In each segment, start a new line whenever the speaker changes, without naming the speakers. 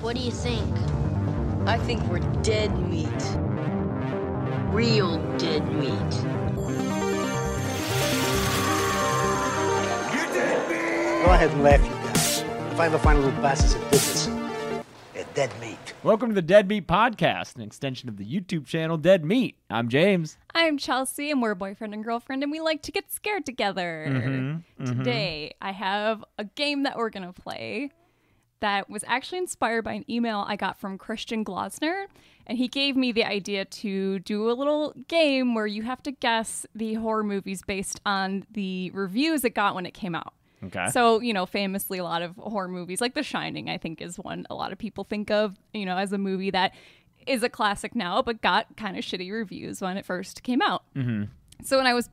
What do you think?
I think we're dead meat. Real dead meat.
Go ahead and laugh, you guys. If I ever find a little bastard that did this, they're dead meat.
Welcome to the Dead Meat Podcast, an extension of the YouTube channel Dead Meat. I'm James.
I'm Chelsea, and we're boyfriend and girlfriend, and we like to get scared together. Today, I have a game that we're going to play that was actually inspired by an email I got from Christian Glosner. And he gave me the idea to do a little game where you have to guess the horror movies based on the reviews it got when it came out.
Okay.
So, you know, famously, a lot of horror movies, like The Shining, I think is one a lot of people think of, you know, as a movie that is a classic now, but got kind of shitty reviews when it first came out. So, when I was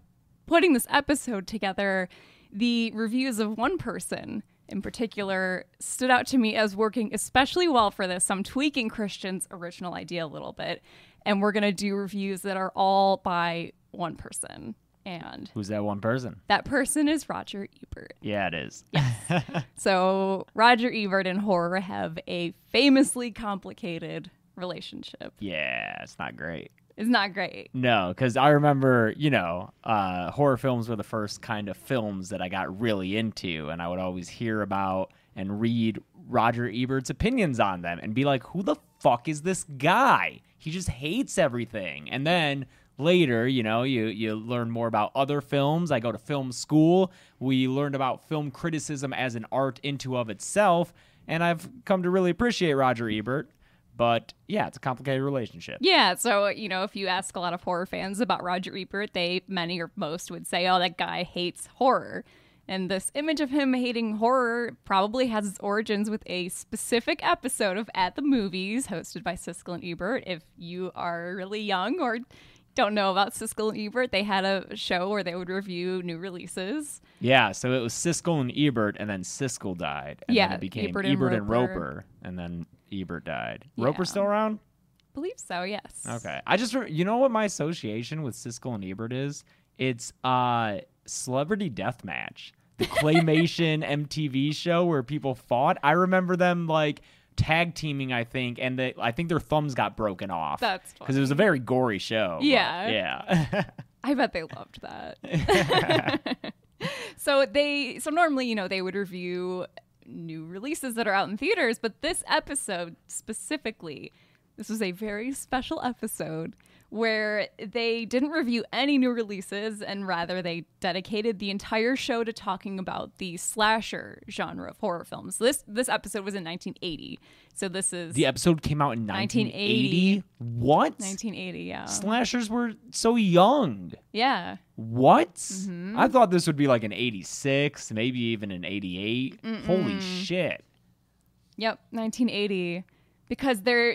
putting this episode together, the reviews of one person in particular stood out to me as working especially well for this. So, I'm tweaking Christian's original idea a little bit, and we're going to do reviews that are all by one person. And
Who's that one person?
that person is Roger Ebert.
Yeah, it is.
So Roger Ebert and horror have a famously complicated relationship.
yeah, it's not great.
It's not great.
No, because I remember, you know, uh, horror films were the first kind of films that I got really into, and I would always hear about and read Roger Ebert's opinions on them and be like, who the fuck is this guy? He just hates everything. And then later, you know, you, you learn more about other films. I go to film school. We learned about film criticism as an art into of itself, and I've come to really appreciate Roger Ebert. But yeah, it's a complicated relationship.
Yeah, so you know, if you ask a lot of horror fans about Roger Ebert, they many or most would say, "Oh, that guy hates horror." And this image of him hating horror probably has its origins with a specific episode of At the Movies hosted by Siskel and Ebert. If you are really young or don't know about Siskel and Ebert, they had a show where they would review new releases.
Yeah, so it was Siskel and Ebert, and then Siskel died, and then
Yeah,
it became Ebert,
Ebert and
and Roper.
Roper.
and then Ebert died.
Yeah.
Roper's still around?
believe so yes
Okay, I just re- you know what my association with Siskel and Ebert is? It's uh Celebrity Deathmatch, the claymation MTV show where people fought. I remember them like tag teaming, I think, and they, I think their thumbs got broken off.
That's
because it was a very gory show. but
Yeah.
yeah.
i bet they loved that so they so normally you know they would review new releases that are out in theaters but this episode specifically this was a very special episode where they didn't review any new releases and rather they dedicated the entire show to talking about the slasher genre of horror films this this episode was in 1980 so this is
the episode came out in 1980.
1980.
What?
1980 yeah
Um, Slashers were so young.
yeah
What? I thought this would be like an 86, maybe even an 88. Holy shit.
Yep, 1980. Because they're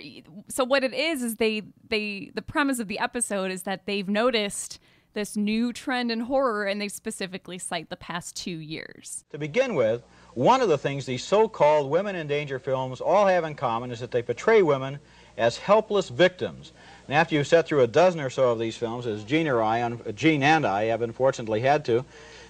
so what it is is they they the premise of the episode is that they've noticed this new trend in horror and they specifically cite the past 2 years.
To begin with, one of the things these so-called women in danger films all have in common is that they portray women as helpless victims. And after you've sat through a dozen or so of these films, as Gene, or I, un- Gene and I have unfortunately had to,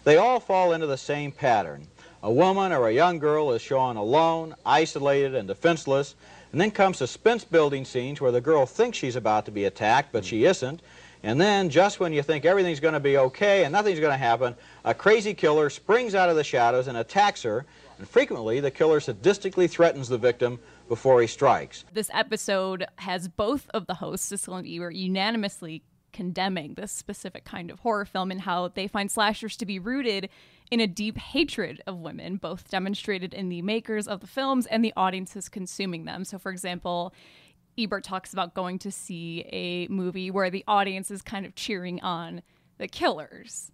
they all fall into the same pattern. A woman or a young girl is shown alone, isolated, and defenseless, and then come suspense-building scenes where the girl thinks she's about to be attacked, but she isn't, and then, just when you think everything's going to be okay and nothing's going to happen, a crazy killer springs out of the shadows and attacks her. And frequently, the killer sadistically threatens the victim before he strikes.
This episode has both of the hosts, Siskel and Ebert, unanimously condemning this specific kind of horror film and how they find slashers to be rooted in a deep hatred of women, both demonstrated in the makers of the films and the audiences consuming them. So, for example, Ebert talks about going to see a movie where the audience is kind of cheering on the killers.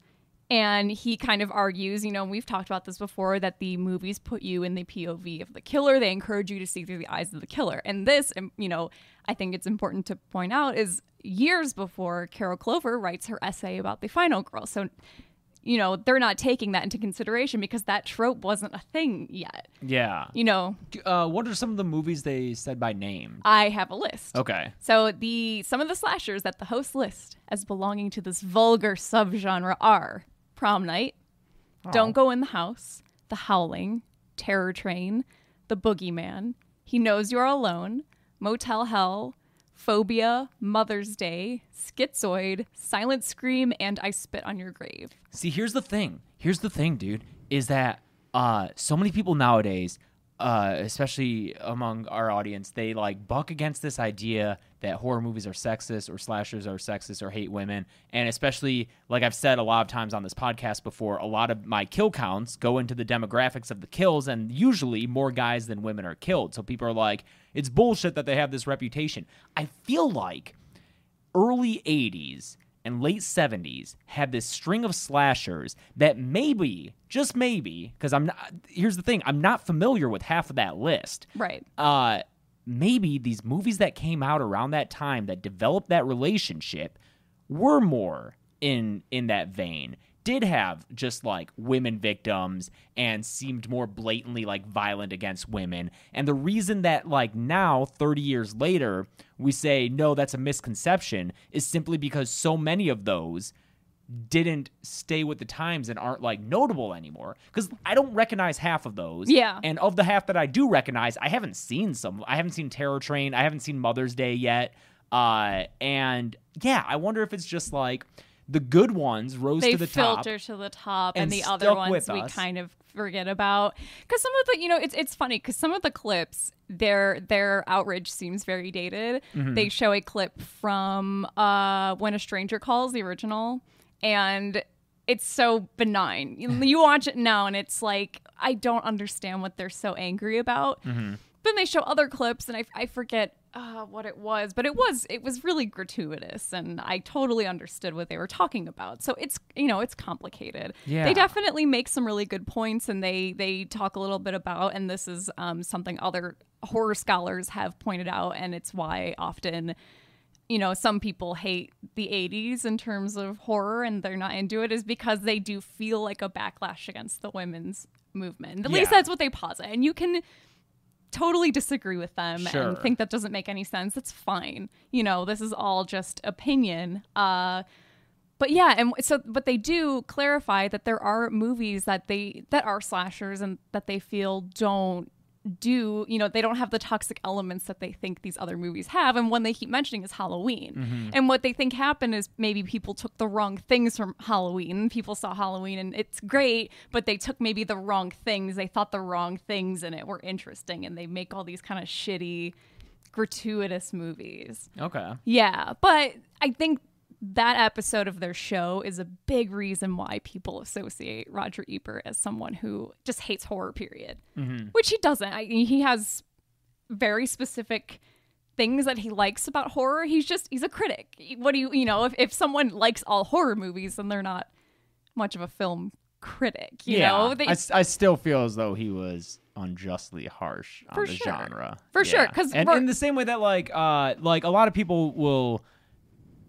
And he kind of argues, you know, and we've talked about this before, that the movies put you in the POV of the killer. They encourage you to see through the eyes of the killer. And this, um, you know, I think it's important to point out is years before Carol Clover writes her essay about the final girl. So, you know, they're not taking that into consideration because that trope wasn't a thing yet.
Yeah.
You know,
Uh, what are some of the movies they said by name?
I have a list.
Okay.
So the some of the slashers that the hosts list as belonging to this vulgar subgenre are Prom Night, Don't Go in the House, The Howling, Terror Train, The Boogeyman, He Knows You're Alone, Motel Hell, Phobia, Mother's Day, Schizoid, Silent Scream, and I Spit on Your Grave.
See, here's the thing. Here's the thing, dude, is that uh so many people nowadays, uh, especially among our audience, they like buck against this idea that horror movies are sexist or slashers are sexist or hate women. And especially, like I've said a lot of times on this podcast before, a lot of my kill counts go into the demographics of the kills, and usually more guys than women are killed. So people are like, it's bullshit that they have this reputation. I feel like early 80s and late 70s had this string of slashers that maybe just maybe because i'm not here's the thing i'm not familiar with half of that list
Right.
uh maybe these movies that came out around that time that developed that relationship were more in in that vein did have just like women victims and seemed more blatantly like violent against women and the reason that like now 30 years later we say no that's a misconception is simply because so many of those didn't stay with the times and aren't like notable anymore because i don't recognize half of those
Yeah.
and of the half that I do recognize, I haven't seen some. I haven't seen Terror Train. I haven't seen Mother's Day yet. Uh, and yeah, I wonder if it's just like the good ones rose
they
to the top.
filter to the top and,
and
the other
stuck
ones
with
we
us.
kind of forget about because some of the you know it's it's funny because some of the clips their their outrage seems very dated
Mm-hmm.
they show a clip from uh when a stranger calls the original and it's so benign you, you watch it now and it's like i don't understand what they're so angry about
Mm-hmm.
then they show other clips and i, I forget uh, what it was but it was it was really gratuitous and i totally understood what they were talking about so it's you know it's complicated
Yeah.
they definitely make some really good points and they they talk a little bit about and this is um, something other horror scholars have pointed out and it's why often you know some people hate the 80s in terms of horror and they're not into it is because they do feel like a backlash against the women's movement at least
Yeah.
that's what they posit and you can totally disagree with them
Sure.
and think that doesn't make any sense that's fine you know this is all just opinion uh but yeah and so but they do clarify that there are movies that they that are slashers and that they feel don't do you know they don't have the toxic elements that they think these other movies have and one they keep mentioning is halloween and what they think happened is maybe people took the wrong things from halloween people saw halloween and it's great but they took maybe the wrong things they thought the wrong things in it were interesting and they make all these kind of shitty gratuitous movies
okay.
yeah, but I think that episode of their show is a big reason why people associate Roger Ebert as someone who just hates horror. Period,
Mm-hmm.
which he doesn't. I, he has very specific things that he likes about horror. He's just he's a critic. What do you you know if if someone likes all horror movies, then they're not much of a film critic. You
yeah.
know, They-
I, s- I still feel as though he was unjustly harsh on
For
the
sure.
genre.
For sure, 'cause
and
we're-
in the same way that like uh like a lot of people will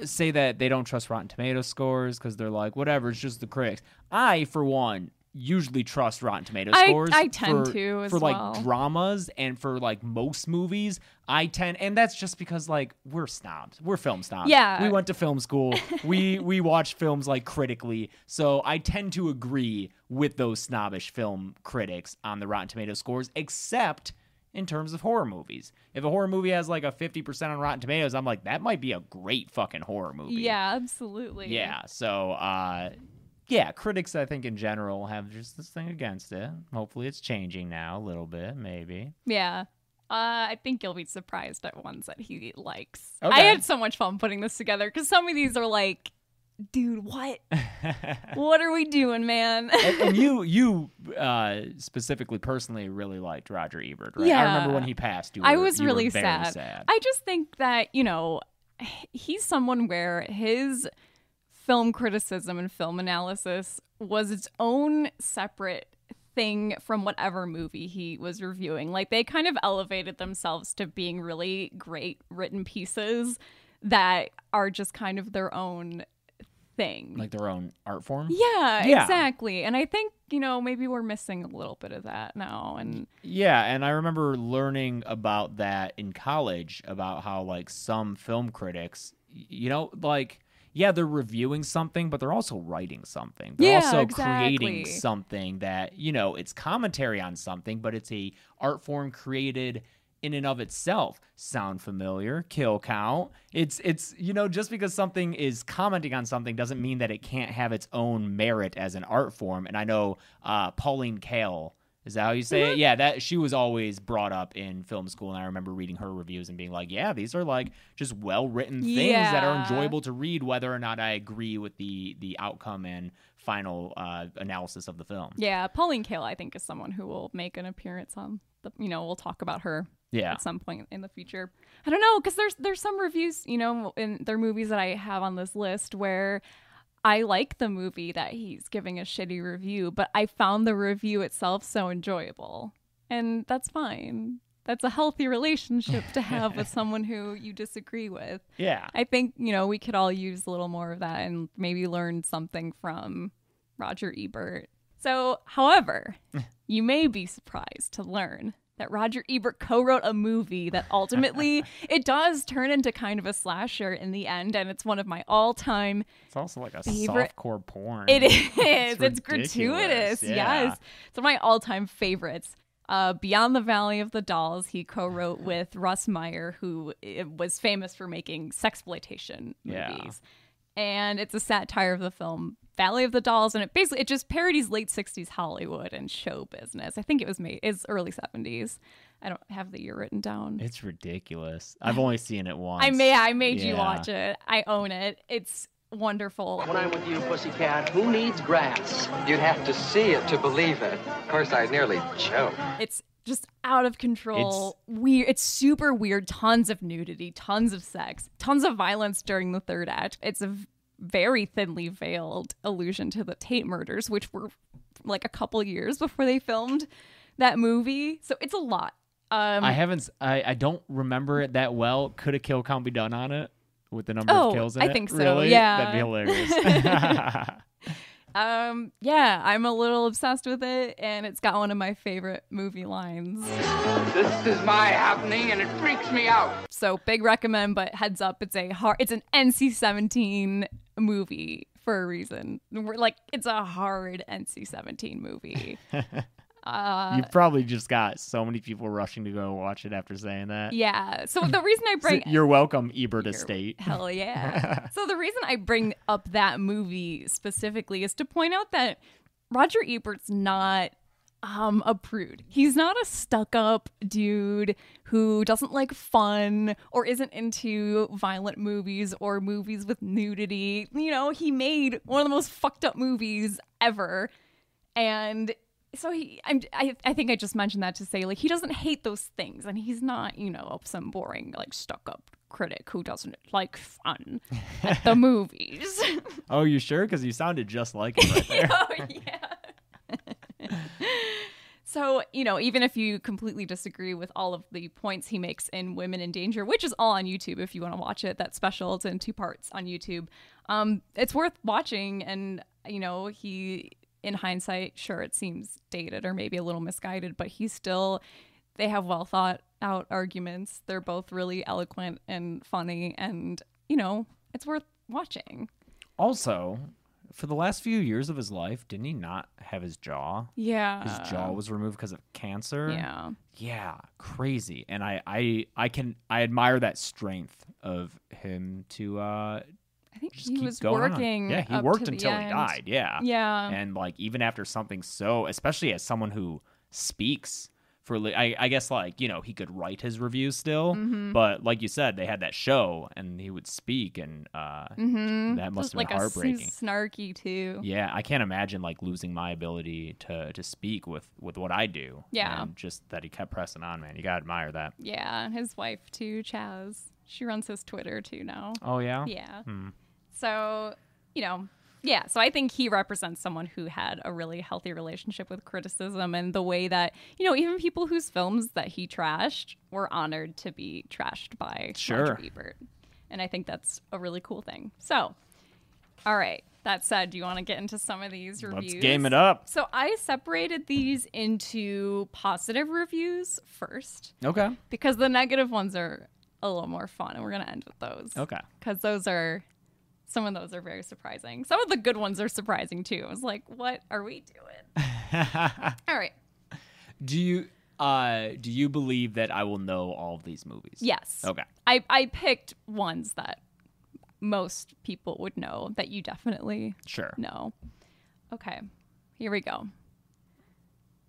say that they don't trust Rotten Tomato scores because they're like whatever, it's just the critics. I for one usually trust Rotten Tomato
I-
scores.
I tend
for-
to as
for like
well.
dramas and for like most movies. I tend and that's just because like we're snobs, we're film snobs.
Yeah.
we went to film school. we we watch films like critically, so I tend to agree with those snobbish film critics on the Rotten Tomato scores, except in terms of horror movies. If a horror movie has like a fifty percent on Rotten Tomatoes, I'm like, that might be a great fucking horror movie.
yeah, absolutely.
Yeah. So, uh, yeah, critics, I think in general, have just this thing against it. Hopefully, it's changing now a little bit, maybe.
Yeah. Uh, I think you'll be surprised at ones that he likes. I
Okay.
had so much fun putting this together because some of these are like, dude, what? what are we doing, man?
and, and you, you uh, specifically, personally, really liked Roger Ebert, right? I remember
Yeah.
when he passed. You were,
I was
you were
really
very
sad. I just think that, you know, he's someone where his film criticism and film analysis was its own separate thing from whatever movie he was reviewing. Like they kind of elevated themselves to being really great written pieces that are just kind of their own thing.
like their own art form.
yeah,
Yeah.
exactly. And I think, you know, maybe we're missing a little bit of that now and
Yeah, and I remember learning about that in college about how like some film critics, y- you know, like yeah, they're reviewing something, but they're also writing something. They're
Yeah,
also
exactly.
creating something that, you know, it's commentary on something, but it's a art form created in and of itself sound familiar kill count it's it's you know just because something is commenting on something doesn't mean that it can't have its own merit as an art form and i know uh, pauline kael is that how you say it? Yeah, that she was always brought up in film school, and I remember reading her reviews and being like, "Yeah, these are like just well written things that are
Yeah.
enjoyable to read, whether or not I agree with the the outcome and final uh, analysis of the film."
Yeah, Pauline Kael, I think, is someone who will make an appearance on the. You know, we'll talk about her.
Yeah.
At some point in the future, I don't know because there's there's some reviews, you know, in their movies that I have on this list where I like the movie that he's giving a shitty review, but I found the review itself so enjoyable, and that's fine. That's a healthy relationship to have with someone who you disagree with.
Yeah,
I think, you know, we could all use a little more of that and maybe learn something from Roger Ebert. So, however, you may be surprised to learn that Roger Ebert co-wrote a movie that ultimately it does turn into kind of a slasher in the end and it's one of my all-time
it's also like a
Favorite-
softcore porn.
it is. It's,
ridiculous.
gratuitous.
Yeah.
Yes. It's one of my all time favorites. Uh, Beyond the Valley of the Dolls, he co wrote with Russ Meyer, who eh, was famous for making sexploitation movies.
Yeah.
And it's a satire of the film Valley of the Dolls, and it basically it just parodies late '60s Hollywood and show business. I think it was made it's early '70s. I don't have the year written down.
It's ridiculous. I've only seen it once.
I may I made you
Yeah.
watch it. I own it. It's wonderful.
When I'm with you, pussycat, who needs grass? You'd have to see it to believe it. Of course, I nearly choked.
It's just out of control. weird. It's super weird. Tons of nudity, tons of sex, tons of violence during the third act. It's a v- very thinly veiled allusion to the Tate murders, which were like a couple years before they filmed that movie. So it's a lot. Um,
I haven't. s- I, I don't remember it that well. Could a kill count be done on it with the number
Oh,
of kills? In
I
it?
think so,
Really?
yeah.
that'd be hilarious.
um, yeah, I'm a little obsessed with it, and it's got one of my favorite movie lines.
This is my happening and it freaks me out.
So big recommend, but heads up, it's a hard, it's an NC-17 movie for a reason. We're like, it's a hard NC-17 movie.
you probably just got so many people rushing to go watch it after saying that.
yeah. So the reason I
So
bring
You're welcome, Ebert Estate.
Hell yeah. so the reason I bring up that movie specifically is to point out that Roger Ebert's not um a prude. He's not a stuck-up dude who doesn't like fun or isn't into violent movies or movies with nudity. You know, he made one of the most fucked up movies ever and so he I'm, I, I think i just mentioned that to say like he doesn't hate those things and he's not you know some boring like stuck up critic who doesn't like fun at the movies
Oh, you sure? Because you sounded just like him right there.
oh yeah so you know even if you completely disagree with all of the points he makes in women in danger which is all on youtube if you want to watch it that special it's in two parts on youtube um it's worth watching and you know he in hindsight sure it seems dated or maybe a little misguided but he's still they have well thought out arguments they're both really eloquent and funny and you know it's worth watching
Also, for the last few years of his life, didn't he not have his jaw?
yeah
His jaw was removed because of cancer.
yeah
Uh. Yeah, crazy. And I, I, I can, I admire that strength of him to uh,
I think
just
he
keep
was
going on.
working.
Yeah, he
up
worked
to the
until he
end.
died. Yeah.
Yeah.
And like even after something so, especially as someone who speaks for, li- I, I guess like you know he could write his reviews still,
Mm-hmm.
but like you said, they had that show and he would speak and uh, that must have
Just Mm-hmm. like
been heartbreaking.
A, s- snarky too.
Yeah, I can't imagine like losing my ability to to speak with with what I do.
Yeah.
and just that he kept pressing on, man. You gotta admire that.
Yeah, and his wife too, Chaz. She runs his Twitter too now.
Oh yeah.
Yeah. So, you know, yeah. So I think he represents someone who had a really healthy relationship with criticism and the way that, you know, even people whose films that he trashed were honored to be trashed by
Sure.
Roger Ebert. And I think that's a really cool thing. So, all right. That said, do you want to get into some of these reviews?
game it up.
So I separated these into positive reviews first
Okay.
because the negative ones are a little more fun and we're going to end with those
Okay.
because those are some of those are very surprising some of the good ones are surprising too i was like what are we doing all right
Do you? Uh, do you believe that I will know all of these movies?
Yes.
Okay.
I, I picked ones that most people would know that you definitely
Sure.
know. Okay. Here we go.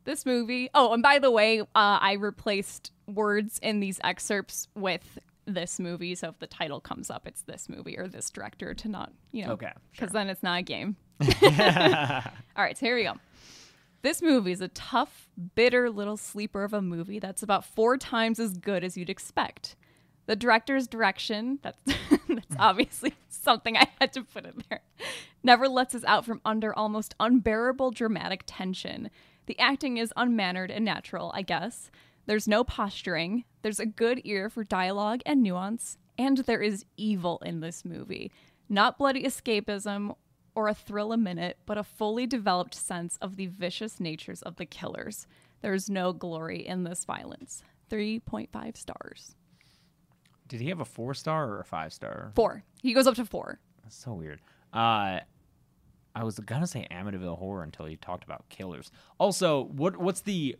This movie. Oh, and by the way, uh, I replaced words in these excerpts with this movie. So if the title comes up, it's this movie or this director to not, you know.
Okay, sure.
Because then it's not a game. All right. So here we go. This movie is a tough, bitter little sleeper of a movie that's about four times as good as you'd expect. The director's direction, that's, that's obviously something I had to put in there, never lets us out from under almost unbearable dramatic tension. The acting is unmannered and natural, I guess. There's no posturing, there's a good ear for dialogue and nuance, and there is evil in this movie. Not bloody escapism or a thrill a minute, but a fully developed sense of the vicious natures of the killers. There is no glory in this violence. 3.5 stars.
Did he have a four star or a five star?
Four. He goes up to four.
That's so weird. Uh, I was gonna say Amityville Horror until you talked about killers. Also, what what's the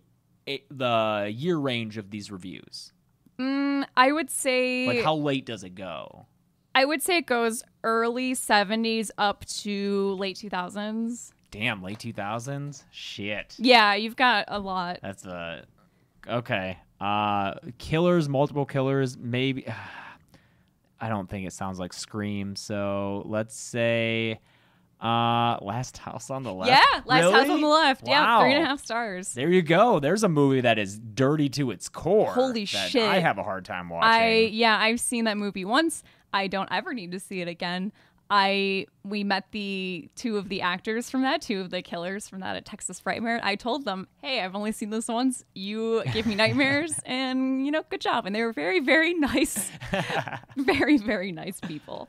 eh, the year range of these reviews?
I would say
Like, how late does it go?
I would say it goes early 70s up to late 2000s.
Damn, late two thousands. Shit.
Yeah, you've got a lot.
That's a okay. Uh, killers, multiple killers, maybe. I don't think it sounds like Scream. So let's say, uh, Last House on the Left.
Yeah, last house on
Really?
the left. Yeah, three and a
Wow.
half stars.
There you go. There's a movie that is dirty to its core.
Holy
that
shit.
I have a hard time watching.
I yeah, I've seen that movie once. I don't ever need to see it again. I we met the two of the actors from that, two of the killers from that at Texas Frightmare. I told them, "Hey, I've only seen this once. You give me nightmares, and you know, good job." And they were very, very nice, very, very nice people.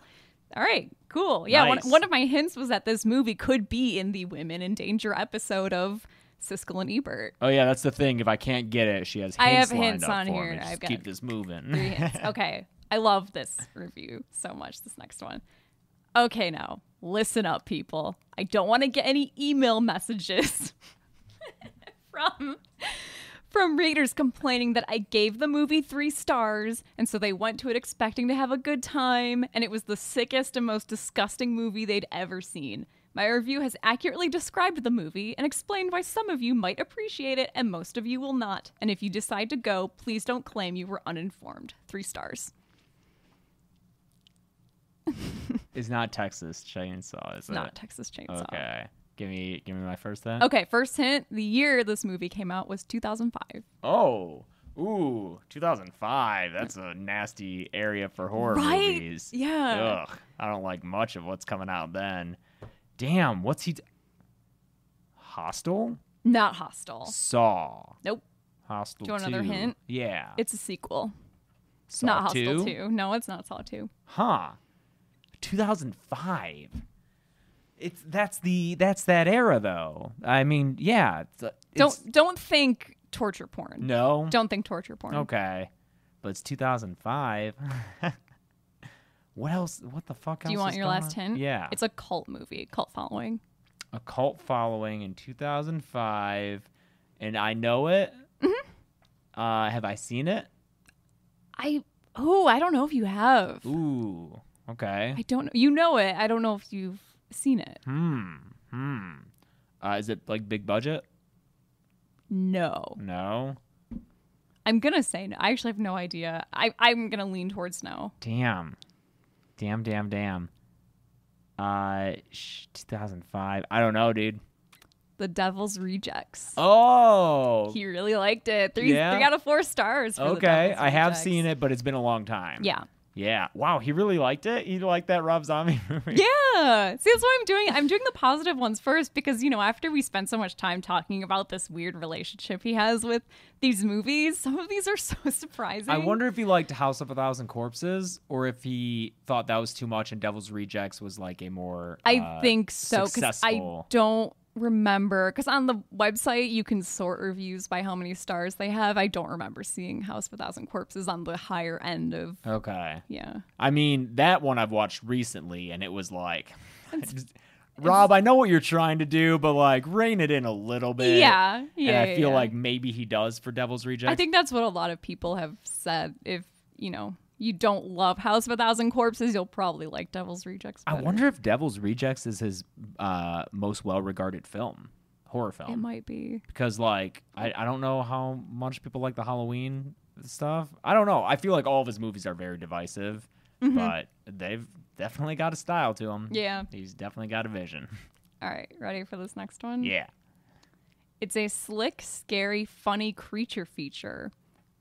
All right, cool. Yeah,
Nice.
one, one of my hints was that this movie could be in the Women in Danger episode of Siskel and Ebert.
oh yeah, that's the thing. If I can't get it, she has. Hints
I have
lined
hints
up
on
for
here.
Me. Just
I've got
keep this moving.
three hints. Okay. I love this review so much, this next one. Okay, now listen up, people. I don't want to get any email messages from from readers complaining that I gave the movie three stars, and so they went to it expecting to have a good time, and it was the sickest and most disgusting movie they'd ever seen. My review has accurately described the movie and explained why some of you might appreciate it and most of you will not. And if you decide to go, please don't claim you were uninformed. Three stars.
It's not Texas Chainsaw, is
It's not
it?
Texas Chainsaw.
Uh, Okay. Give me, give me my first then.
Okay, first hint the year this movie came out was 2005.
Oh, ooh, 2005. That's a nasty area for horror
Right?
movies.
Yeah.
Ugh, I don't like much of what's coming out then. Damn, what's he? T- Hostel?
Not hostile.
Saw.
Nope.
Hostel.
Do you want another
2.
hint?
Yeah.
It's a sequel. It's
Saw
not
2?
hostile 2. No, it's not Saw 2.
Huh. 2005. It's that's the that's that era though. I mean, yeah. It's, it's,
don't don't think torture porn.
no.
Don't think torture porn.
Okay. But it's 2005. what else? What the fuck
Do
else?
you want
is
your
going
last
on?
hint?
Yeah.
It's a cult movie, cult following.
a cult following in 2005, and I know it.
Mm-hmm.
Uh, have I seen it?
I oh, I don't know if you have.
Ooh. Okay.
I don't know. You know it. I don't know if you've seen it.
Hmm. Hmm. Uh, is it like big budget?
No.
No.
I'm gonna say no. I actually have no idea. I, I'm gonna lean towards no.
Damn. Damn. Damn. Damn. Uh, sh- 2005. I don't know, dude.
The Devil's Rejects.
Oh.
He really liked it. Three
Yeah.
three out of four stars. For
Okay, I have seen it, but it's been a long time.
Yeah.
Yeah. Wow, he really liked it. He liked that Rob Zombie movie.
Yeah. See, that's why I'm doing. I'm doing the positive ones first because you know after we spend so much time talking about this weird relationship he has with these movies, some of these are so surprising.
I wonder if he liked House of a Thousand Corpses or if he thought that was too much and Devil's Rejects was like a more
I
uh,
think so because I
successful.
don't remember because on the website you can sort reviews by how many stars they have. I don't remember seeing House of a Thousand Corpses on the higher end of
Okay.
yeah.
I mean, that one I've watched recently and it was like Rob, I know what you're trying to do, but like rein it in a little bit.
Yeah,
And
yeah,
I
yeah,
feel
yeah.
like maybe he does for Devil's Reject.
I think that's what a lot of people have said. If you know you don't love House of a Thousand Corpses, you'll probably like Devil's Rejects.
I
better.
wonder if Devil's Rejects is his uh, most well regarded film, horror
It
film.
might be.
because like I, I don't know how much people like the Halloween stuff. I don't know. I feel like all of his movies are very divisive, but they've definitely got a style to him.
Mm-hmm. Yeah.
He's definitely got a vision.
All right, ready for this next one?
Yeah.
It's a slick, scary, funny creature feature.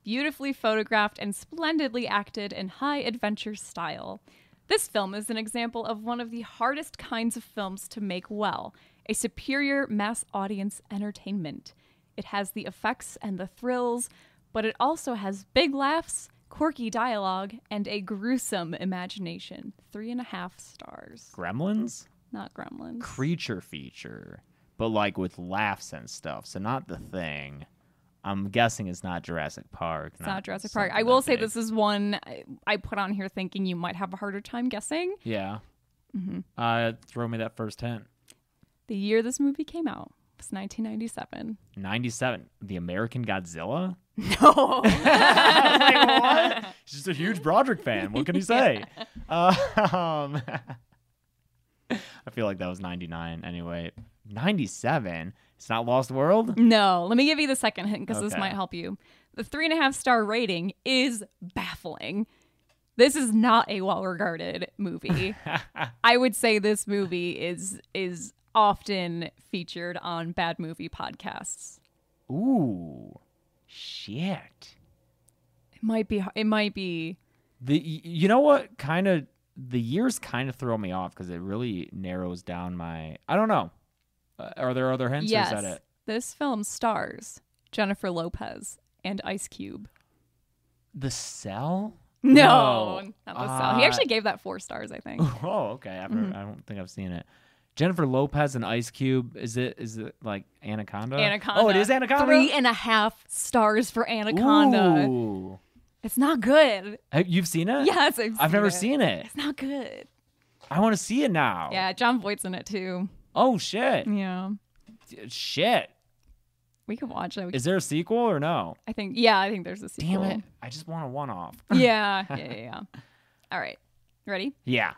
Beautifully photographed and splendidly acted in high adventure style. This film is an example of one of the hardest kinds of films to make well a superior mass audience entertainment. It has the effects and the thrills, but it also has big laughs, quirky dialogue, and a gruesome imagination. Three and a half stars.
Gremlins?
Not gremlins.
Creature feature. But like with laughs and stuff. So not the thing. I'm guessing it's not Jurassic Park.
It's not Jurassic Park. I will say this is one I, I put on here thinking you might have a harder time guessing.
Yeah.
Mm-hmm.
Uh, throw me that first hint.
The year this movie came out was 1997.
97. The American Godzilla?
No.
She's just a huge Broderick fan. What can you say? Uh, um, I feel like that was 99 anyway. 97? It's not Lost World?
no. Let me give you the second hint because this
Okay.
might help you. The three and a half star rating is baffling. This is not a well regarded movie. I would say this movie is is often featured on bad movie podcasts.
Ooh. Shit.
It might be it might be
The y- you know what kind of the years kind of throw me off cuz it really narrows down my I don't know. Uh, are there other hints
yes.
or is that it?
This film stars Jennifer Lopez and Ice Cube.
The Cell?
No, not the cell. He
Uh,
actually Mm-hmm. gave that four stars, I think.
Oh, okay. I've heard, I don't think I've seen it. Jennifer Lopez and Ice Cube. Is it is it like Anaconda?
Anaconda.
Oh, it is Anaconda.
Three and a half stars for Anaconda.
Ooh.
It's not good.
Have- You've seen it?
Yes, I've,
I've never seen it. Oh.
It's not good.
I want to see it now.
Yeah, John Voight's in it too.
Oh shit.
Yeah,
Shit.
we could watch it. We
Is there a sequel or no?
I think. Yeah, I think there's a
Damn
sequel.
it. I just want a one-off.
Yeah, yeah, yeah, yeah. All right, ready?
yeah.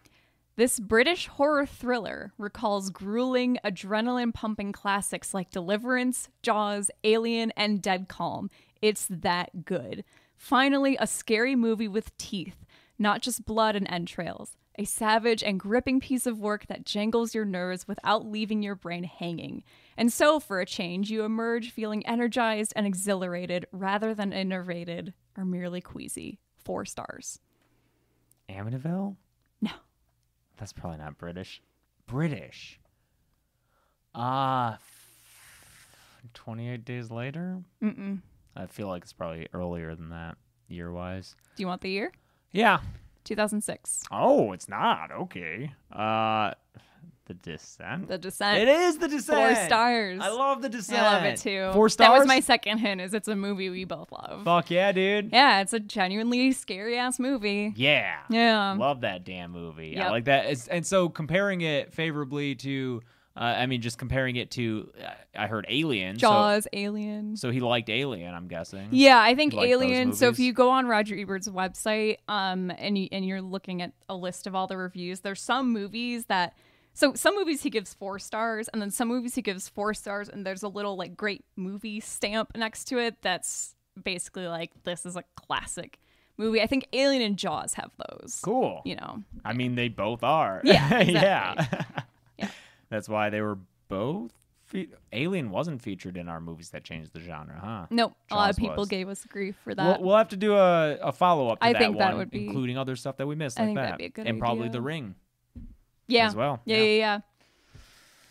This British horror thriller recalls grueling, adrenaline pumping classics like Deliverance, Jaws, Alien, and Dead Calm. It's that good. Finally, a scary movie with teeth, not just blood and entrails. A savage and gripping piece of work that jangles your nerves without leaving your brain hanging. And so, for a change, you emerge feeling energized and exhilarated rather than innervated or merely queasy. Four stars.
Amityville?
No.
That's probably not British. British. Ah. f- 28 days later? Mm-mm. I feel like it's probably earlier than that, year wise.
Do you want the year?
Yeah.
2006.
Oh, it's not. Okay. Uh, The Descent?
The Descent.
It is The Descent.
stars.
I love The Descent.
I love it too.
Four stars?
That was my second hint. Is it's a movie we both love.
Fuck yeah, dude.
Yeah, it's a genuinely scary ass movie.
Yeah.
Yeah.
Love that damn movie. I
Um, Yep.
like that. It's, and so comparing it favorably to, uh, I mean, just comparing it to, uh, I heard Alien. so-
Jaws, Alien.
So, he liked Alien, I'm guessing.
yeah, I think
You like those
Alien. So if
movies?
you go on Roger Ebert's website, um, and you, and you're looking at a list of all the reviews, there's some movies that. So some movies he gives four stars, and then some movies he gives four stars, and there's a little like great movie stamp next to it that's basically like this is a classic movie. I think Alien and Jaws have those.
Cool.
You know.
I mean, they both are.
Yeah,
yeah.
Yeah.
That's why they were both. Fe- Alien wasn't featured in our movies that changed the genre, huh?
Nope. a lot
Jaws
of people
was.
gave us grief for that.
We'll, we'll have to do a, a follow up to
I
that
think
one,
that would be-
including other stuff that we missed,
I
like
think
that,
that'd be a good
and probably
idea.
The Ring.
yeah.
as well.
Yeah,
Yeah.
yeah, yeah.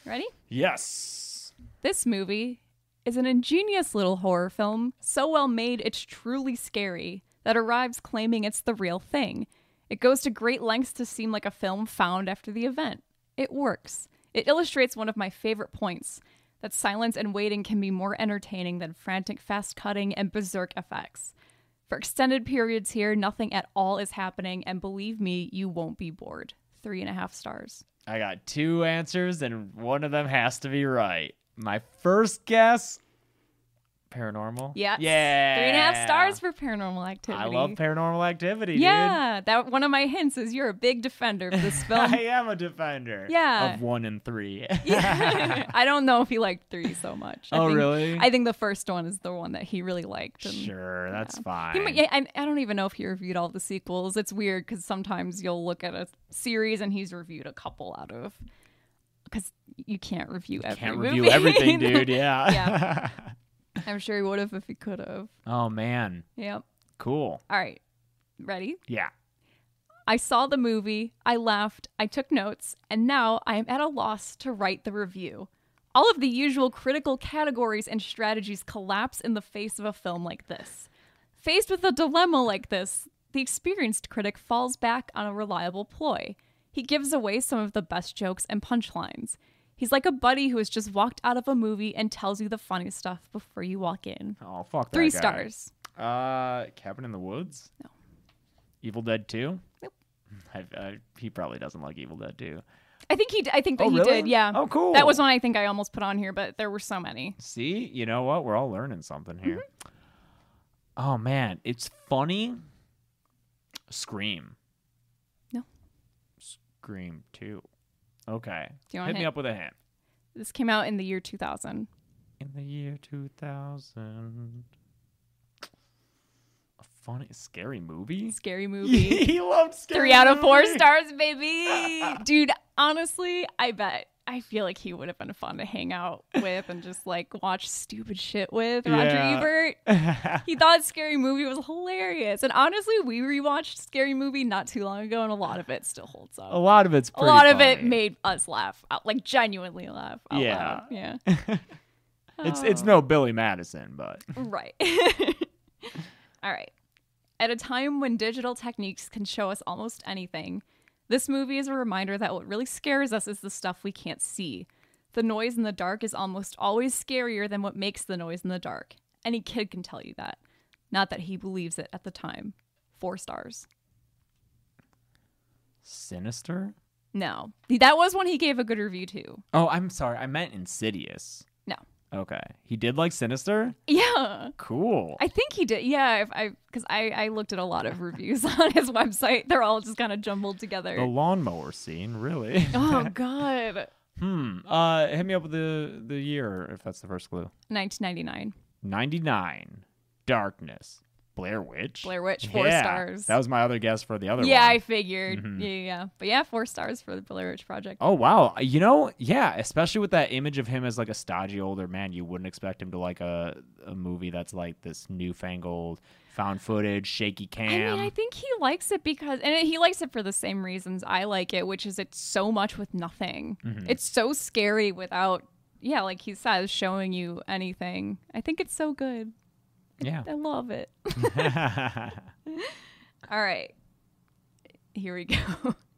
Ready?
Yes.
This movie is an ingenious little horror film, so well made it's truly scary, that arrives claiming it's the real thing. It goes to great lengths to seem like a film found after the event. It works. It illustrates one of my favorite points that silence and waiting can be more entertaining than frantic fast cutting and berserk effects. For extended periods here, nothing at all is happening, and believe me, you won't be bored. Three and a half stars.
I got two answers, and one of them has to be right. My first guess paranormal.
Yes.
Yeah.
Three and a half stars for paranormal activity.
I love paranormal activity, dude.
Yeah. That one of my hints is you're a big defender of this film.
I am a defender.
Yeah.
Of one and three.
I don't know if he liked three so much. I
Oh,
think,
really?
I think the first one is the one that he really liked. and-
sure, that's fine.
He might, yeah, I, I don't even know if he reviewed all the sequels. It's weird because sometimes you'll look at a series and he's reviewed a couple out of because you can't review every
Can't
movie.
review everything, dude. Yeah.
Yeah. I'm sure he would have if he could have.
oh man,
Yep.
cool.
All right. Ready?
Yeah.
I saw the movie, I laughed, I took notes, and now I am at a loss to write the review. All of the usual critical categories and strategies collapse in the face of a film like this. Faced with a dilemma like this, the experienced critic falls back on a reliable ploy. He gives away some of the best jokes and punchlines. He's like a buddy who has just walked out of a movie and tells you the funny stuff before you walk in.
Oh fuck. that
Three
guy.
stars.
Uh, Cabin in the Woods.
No.
Evil Dead Two.
Nope.
I, I, he probably doesn't like Evil Dead Two.
I think he. d- I think that
Oh,
he
really?
did. Yeah.
Oh, cool.
That was one I think I almost put on here, but there were so many.
See, you know what? We're all learning something here.
Mm-hmm.
Oh man, it's funny. Scream.
No.
Scream Two. Okay.
Do you want
Hit
a
me
hint?
up with a hint.
This came out in the year 2000.
In the year 2000. A funny, scary movie?
Scary movie.
he loved scary
Three out of four
movies.
stars, baby. Dude, honestly, I bet. I feel like he would have been fun to hang out with and just like watch stupid shit with Roger
Yeah.
Ebert. He thought Scary Movie was hilarious. And honestly, we rewatched Scary Movie not too long ago and a lot of it still holds up.
a lot of it's
a
pretty
lot of it
funny.
made us laugh out, like genuinely laugh out
Yeah.
loud. Yeah.
It's it's
Oh.
no Billy Madison, but
Right. All right. At a time when digital techniques can show us almost anything, this movie is a reminder that what really scares us is the stuff we can't see. The noise in the dark is almost always scarier than what makes the noise in the dark. Any kid can tell you that. Not that he believes it at the time. Four stars.
sinister.
No. That was one he gave a good review to.
Oh, I'm sorry. I meant Insidious.
No.
Okay, he did like Sinister.
Yeah.
Cool.
I think he did. Yeah, if I because I, I looked at a lot of reviews on his website. They're all just kind of jumbled together.
the lawnmower scene, really.
Oh God.
hmm. Uh, hit me up with the the year if that's the first clue.
1999.
Ninety nine. Darkness. Blair Witch.
Blair Witch, four
Yeah,
stars.
That was my other guess for the other
yeah,
one.
I figured. Yeah, yeah, yeah. But yeah, four stars for the Blair Witch Project.
Mm-hmm. Oh wow, you know, yeah, especially with that image of him as like a stodgy older man, you wouldn't expect him to like a a movie that's like this newfangled found footage, shaky
I
cam.
mean, I think he likes it because, and he likes it for the same reasons I like it, which is it's so much with nothing.
Mm-hmm.
It's so scary without, yeah, like he says, showing you anything. I think it's so good.
yeah.
I love it. All right. Here we go.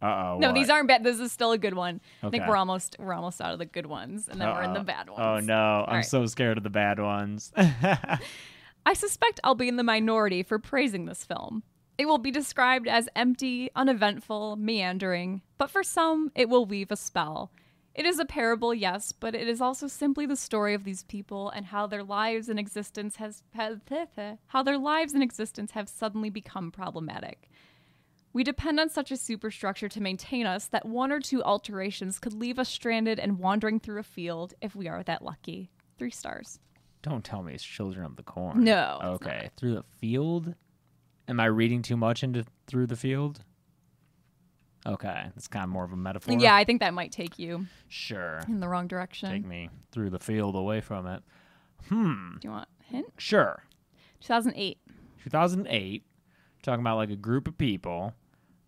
Uh oh.
No, these aren't bad. This is still a good one. I think
Okay.
we're almost we're almost out of the good ones, and then we're in the bad ones.
Oh no, I'm
right.
so scared of the bad ones.
I suspect I'll be in the minority for praising this film. It will be described as empty, uneventful, meandering, but for some, it will weave a spell. It is a parable, yes, but it is also simply the story of these people and how their lives and existence has how their lives and existence have suddenly become problematic. We depend on such a superstructure to maintain us that one or two alterations could leave us stranded and wandering through a field if we are that lucky. Three stars.
Don't tell me it's Children of the Corn.
No, it's
Okay. Through the field? Am I reading too much into through the field? Okay. It's kind of more of a metaphor.
Yeah, I think that might take you.
Sure.
in the wrong direction.
Take me through the field away from it. Hmm.
Do you want a hint?
Sure.
2008.
2008. Talking about like a group of people.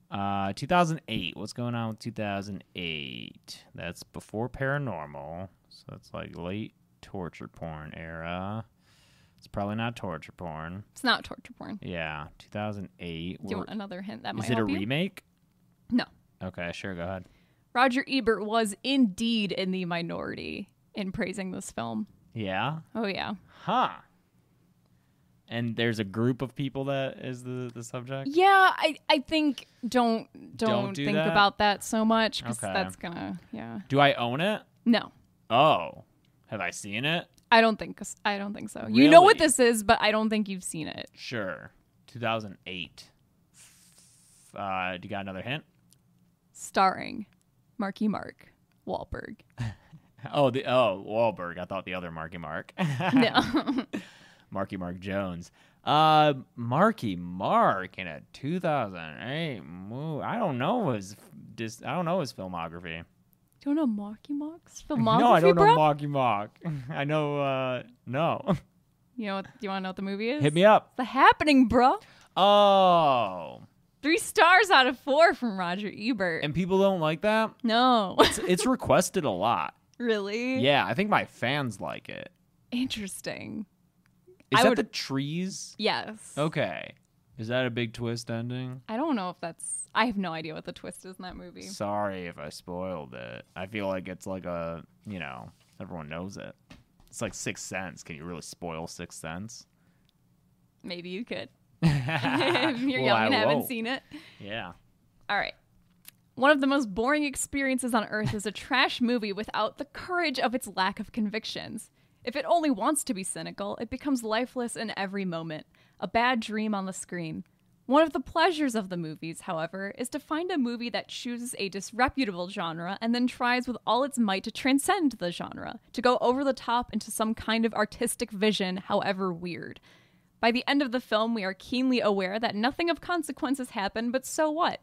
Uh, 2008. What's going on with 2008? That's before paranormal, so that's like late torture porn era. It's probably not torture porn.
It's not torture porn.
Yeah, 2008.
Do you
We're-
want another hint? That might
is it a
help you?
remake?
No.
Okay, sure. Go ahead.
Roger Ebert was indeed in the minority in praising this film.
Yeah.
Oh yeah.
Huh. and there's a group of people that is the, the subject.
Yeah, I, I think don't don't,
do
think
that?
about that so much because
Okay.
that's gonna yeah
Do I own it?
no
Oh, have I seen it?
I don't think I don't think so. You know what
Really?
this is, but I don't think you've seen it.
Sure. 2008. Uh, do you got another hint?
Starring Marky Mark Wahlberg.
Oh, the oh Wahlberg. I thought the other Marky Mark,
No,
Marky Mark Jones. Uh, Marky Mark in a 2008 movie. I don't know his dis- I don't know his filmography.
don't know Marky Mark's filmography,
no, I don't
bro.
know Marky Mark. I know. Uh, no.
you know what? Do you want to know what the movie is?
Hit me up.
The Happening, bro.
Oh,
Three stars out of four from Roger Ebert.
and people don't like that.
no,
It's, it's requested a lot.
really?
Yeah, I think my fans like it.
Interesting.
Is
I
that
would-
the trees?
Yes.
Okay. Is that a big twist ending?
I don't know if that's. I have no idea what the twist is in that movie.
Sorry if I spoiled it. I feel like it's like a, you know, everyone knows it. It's like Sixth Sense. Can you really spoil Sixth Sense?
Maybe you could. if you're
Well,
young
I
and haven't
won't.
seen it.
Yeah.
All right. One of the most boring experiences on earth is a trash movie without the courage of its lack of convictions. If it only wants to be cynical, it becomes lifeless in every moment, a bad dream on the screen. One of the pleasures of the movies, however, is to find a movie that chooses a disreputable genre and then tries with all its might to transcend the genre, to go over the top into some kind of artistic vision, however weird. By the end of the film, we are keenly aware that nothing of consequence has happened, but so what?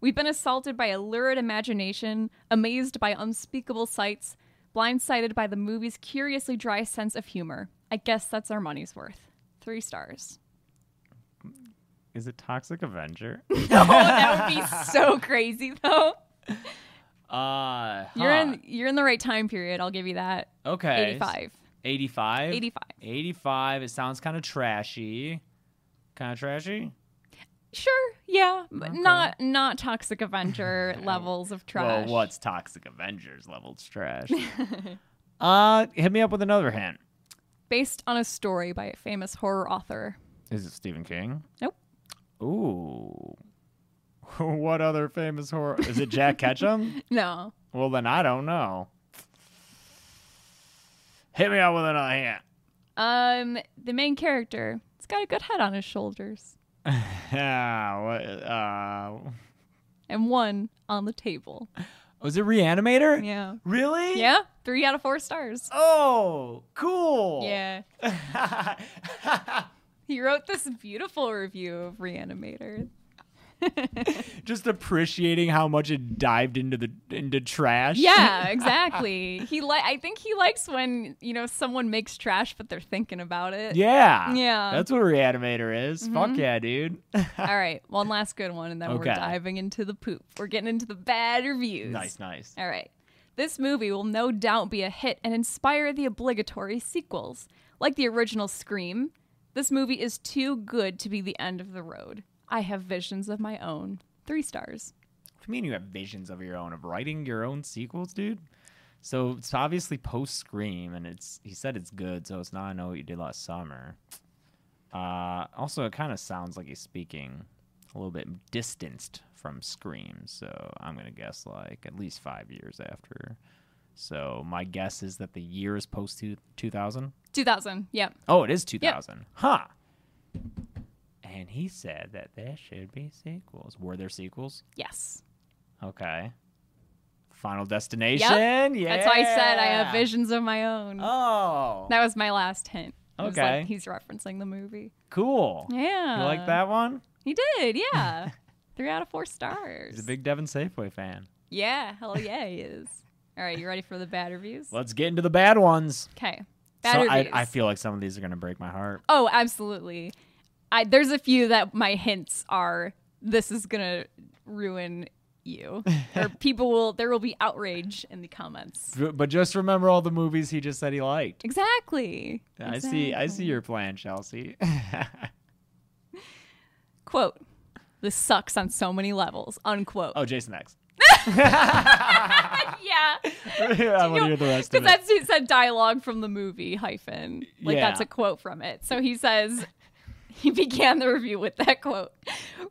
We've been assaulted by a lurid imagination, amazed by unspeakable sights, blindsided by the movie's curiously dry sense of humor. I guess that's our money's worth. Three stars.
Is it Toxic Avenger?
Oh, That would be so crazy, though.
uh,
You're
huh.
in you're in the right time period. I'll give you that.
okay.
85.
85?
85.
85. It sounds kind of trashy. Kind of trashy?
Sure, yeah, but not not Toxic Avenger levels of trash.
Well, what's Toxic Avengers leveled trash? uh, hit me up with another hint.
Based on a story by a famous horror author.
Is it Stephen King?
Nope.
Ooh. what other famous horror? Is it Jack Ketchum?
No.
well, then I don't know. Hit me up with another hand.
Um, the main character. He's got a good head on his shoulders
Yeah. What, uh,
and one on the table.
was Oh, it Reanimator?
Yeah.
Really?
Yeah, three out of four stars.
Oh, cool.
Yeah. he wrote this beautiful review of Reanimator.
Just appreciating how much it dived into the into trash.
Yeah, exactly. he li- I think he likes when, you know, someone makes trash but they're thinking about it.
Yeah.
Yeah. Mm-hmm.
That's what Reanimator is. Fuck yeah, dude.
All right, one last good one and then
Okay.
we're diving into the poop. We're getting into the bad reviews.
nice, nice.
All right. This movie will no doubt be a hit and inspire the obligatory sequels. Like the original Scream, this movie is too good to be the end of the road. I have visions of my own. Three stars.
What do you mean you have visions of your own of writing your own sequels, dude? So it's obviously post Scream, and it's he said it's good, so it's not I know what you did last summer. Uh, also, it kind of sounds like he's speaking a little bit distanced from Scream, so I'm gonna guess like at least five years after. So my guess is that the year is post two- 2000.
2000. Yep.
Oh, it is 2000. Huh. And he said that there should be sequels. Were there sequels?
Yes.
Okay. Final Destination. Yeah.
That's why I said I have visions of my own.
Oh,
That was my last hint. It was like
Okay.
he's referencing the movie.
cool.
Yeah.
You like that one?
He did, yeah. Three out of four stars.
He's a big Devin Safeway fan.
Yeah, hell yeah, he is. All right, you ready for the bad reviews?
Let's get into the bad ones.
Okay. Bad
So I,
reviews.
I feel like some of these are gonna break my heart.
Oh, absolutely. I, there's a few that my hints are this is gonna ruin you, or people will. There will be outrage in the comments.
But just remember all the movies he just said he liked.
Exactly.
I see. I see your plan, Chelsea.
Quote: This sucks on so many levels. Unquote.
oh, Jason X.
yeah,
I want to hear the rest
because
of it.
that's he said dialogue from the movie hyphen. Like
Yeah.
that's a quote from it. So he says, He began the review with that quote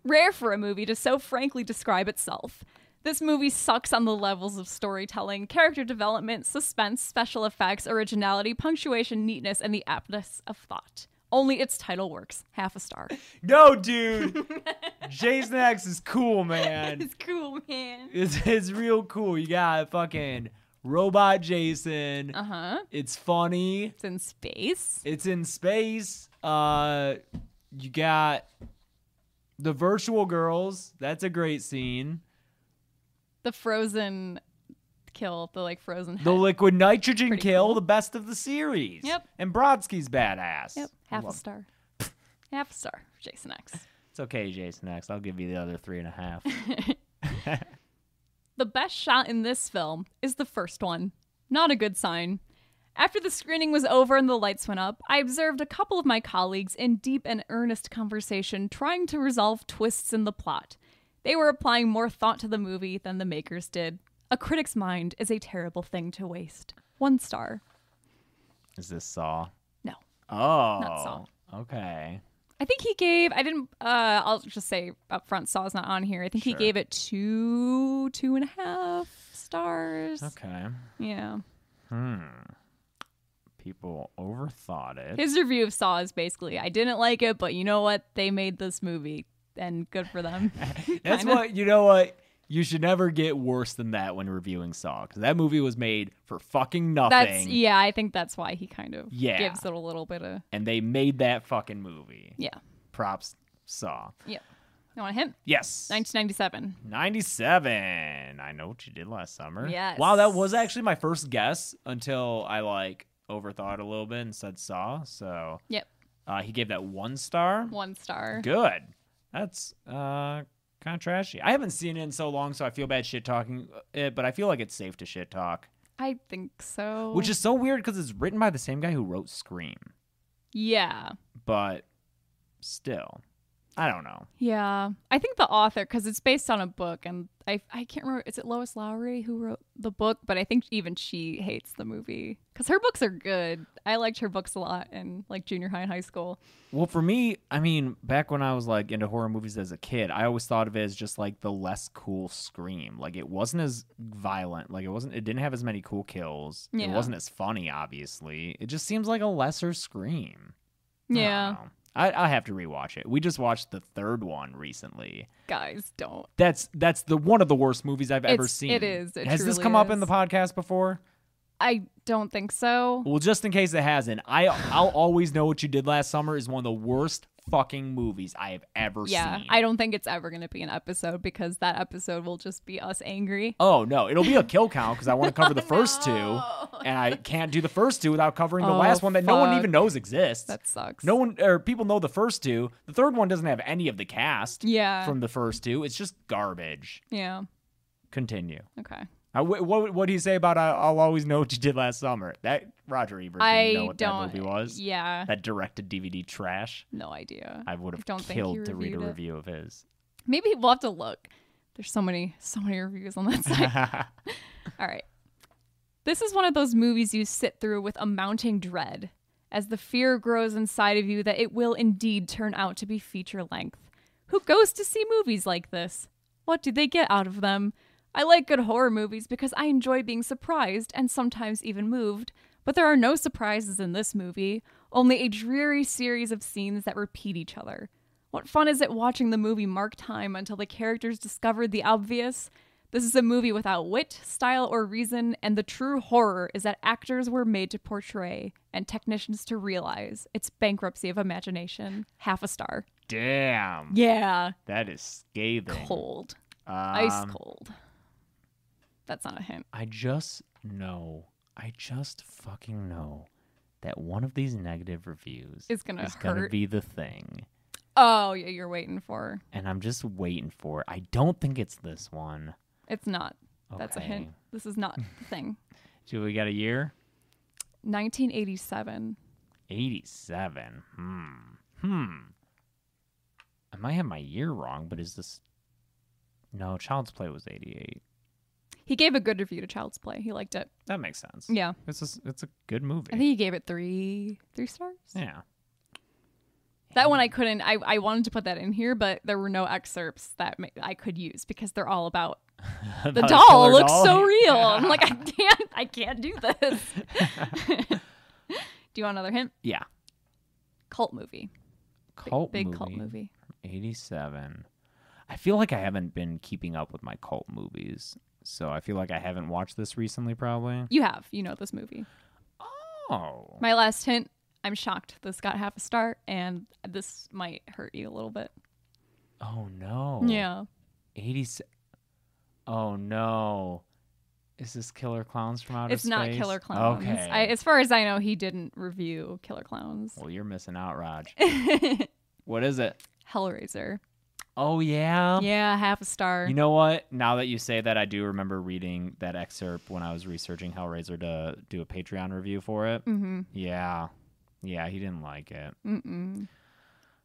Rare for a movie to so frankly describe itself. This movie sucks on the levels of storytelling, character development, suspense, special effects, originality, punctuation, neatness, and the aptness of thought. Only its title works. Half a star.
No, dude. Jason X is cool, man.
It's cool, man.
It's, it's real cool. You got fucking robot Jason.
Uh huh.
It's funny.
It's in space.
It's in space. Uh, you got the virtual girls. That's a great scene.
The frozen kill, the like frozen head.
The liquid nitrogen
Pretty
kill,
cool.
the best of the series.
Yep.
And Brodsky's badass.
yep. Half a
Love-
star. Half a star for Jason X.
It's okay, Jason X. I'll give you the other three and a half.
The best shot in this film is the first one. Not a good sign. After the screening was over and the lights went up, I observed a couple of my colleagues in deep and earnest conversation trying to resolve twists in the plot. They were applying more thought to the movie than the makers did. A critic's mind is a terrible thing to waste. One star.
is this Saw?
No.
Oh.
Saw.
Okay.
I think he gave, I didn't, uh, I'll just say up front, Saw's not on here. I think he gave it two, two and a half stars.
Okay.
Yeah.
People overthought it.
His review of Saw is basically, I didn't like it, but you know what? They made this movie, and good for them.
That's
Kinda.
what you know. What you should never get worse than that when reviewing Saw, because that movie was made for fucking nothing,
That's yeah. I think that's why he kind of
Yeah.
gives it a little bit of
and they made that fucking movie.
yeah,
Props, Saw.
yeah. You want him?
Yes,
1997.
ninety-seven. I know what you did last summer.
Yes.
Wow, that was actually my first guess until I like overthought a little bit and said Saw. So
Yep,
uh, he gave that one star.
one star.
Good. That's uh kind of trashy. I haven't seen it in so long, so I feel bad shit talking uh, it, but I feel like it's safe to shit talk.
I think so.
Which is so weird because it's written by the same guy who wrote Scream,
yeah,
but still, I don't know.
yeah. I think the author, because it's based on a book, and I I can't remember. Is it Lois Lowry who wrote the book? But I think even she hates the movie because her books are good. I liked her books a lot in like junior high and high school.
Well, for me, I mean, back when I was like into horror movies as a kid, I always thought of it as just like the less cool Scream. Like it wasn't as violent. Like it wasn't. It didn't have as many cool kills. It
Yeah.
wasn't as funny. Obviously, it just seems like a lesser Scream. I don't
Yeah.
know. I, I have to rewatch it. We just watched the third one recently.
guys don't
That's that's the one of the worst movies I've ever
It's-
seen.
it is. It
Has this
truly
come up in
is.
the podcast before?
i don't think so
Well, just in case it hasn't, I I'll always know what you did last summer is one of the worst fucking movies I have ever
yeah
seen.
i don't think it's ever going to be an episode because that episode will just be us angry
Oh no, it'll be a kill count because I want to cover the first two, and I can't do the first two without covering the
Oh,
last one that no one
fuck.
even knows exists.
that sucks
no one or people know the first two. The third one doesn't have any of the cast
yeah
from the first two. It's just garbage.
yeah
Continue.
okay
I, wh- what what do you say about I, I'll always know what you did last summer? That Roger Ebert didn't
i
know what
don't
that movie was.
yeah
That directed DVD trash.
no idea
I would have
don't think he
killed to read a
reviewed it.
review of his.
maybe we'll have to look there's so many so many reviews on that site all right this is one of those movies you sit through with a mounting dread as the fear grows inside of you that it will indeed turn out to be feature length. Who goes to see movies like this? What do they get out of them? I like good horror movies because I enjoy being surprised and sometimes even moved, but there are no surprises in this movie, only a dreary series of scenes that repeat each other. What fun is it watching the movie mark time until the characters discover the obvious? This is a movie without wit, style, or reason, and the true horror is that actors were made to portray and technicians to realize. It's bankruptcy of imagination. Half a star.
Damn,
Yeah.
that is scathing.
Cold.
Um,
Ice cold. That's not a hint.
I just know, I just fucking know that one of these negative reviews
It's gonna
is gonna
hurt.
be the thing,
Oh, yeah, you're waiting for.
and I'm just waiting for it. I don't think it's this one.
It's not. That's a
Okay.
hint. This is not the thing.
Do we got a year?
1987.
87. Hmm. Hmm. I might have my year wrong, but is this. No, Child's Play was 88.
He gave a good review to Child's Play. He liked it.
That makes sense.
Yeah.
It's a, it's a good movie.
I think he gave it three three stars.
yeah.
That one I couldn't. I, I wanted to put that in here, but there were no excerpts that ma- I could use because they're all about the
About a
doll
killer
looks
doll?
so real. I'm like, I can't, I can't do this. do you want another hint?
Yeah.
Cult movie,
Cult
big
movie.
cult movie.
87. I feel like I haven't been keeping up with my cult movies. So I feel like I haven't watched this recently, probably.
You have, you know this movie.
Oh.
My last hint. I'm shocked this got half a star, and this might hurt you a little bit.
Oh, no.
Yeah,
87. Oh, no. Is this Killer Clowns from Outer
it's not
Space?
Killer Clowns.
Okay.
I, as far as I know, he didn't review Killer Clowns.
Well, you're missing out, Raj. what is it?
Hellraiser.
Oh, yeah.
Yeah, half a star.
You know what? Now that you say that, I do remember reading that excerpt when I was researching Hellraiser to do a Patreon review for
Mm.
it. Mm-hmm. Yeah. Yeah, he didn't like it.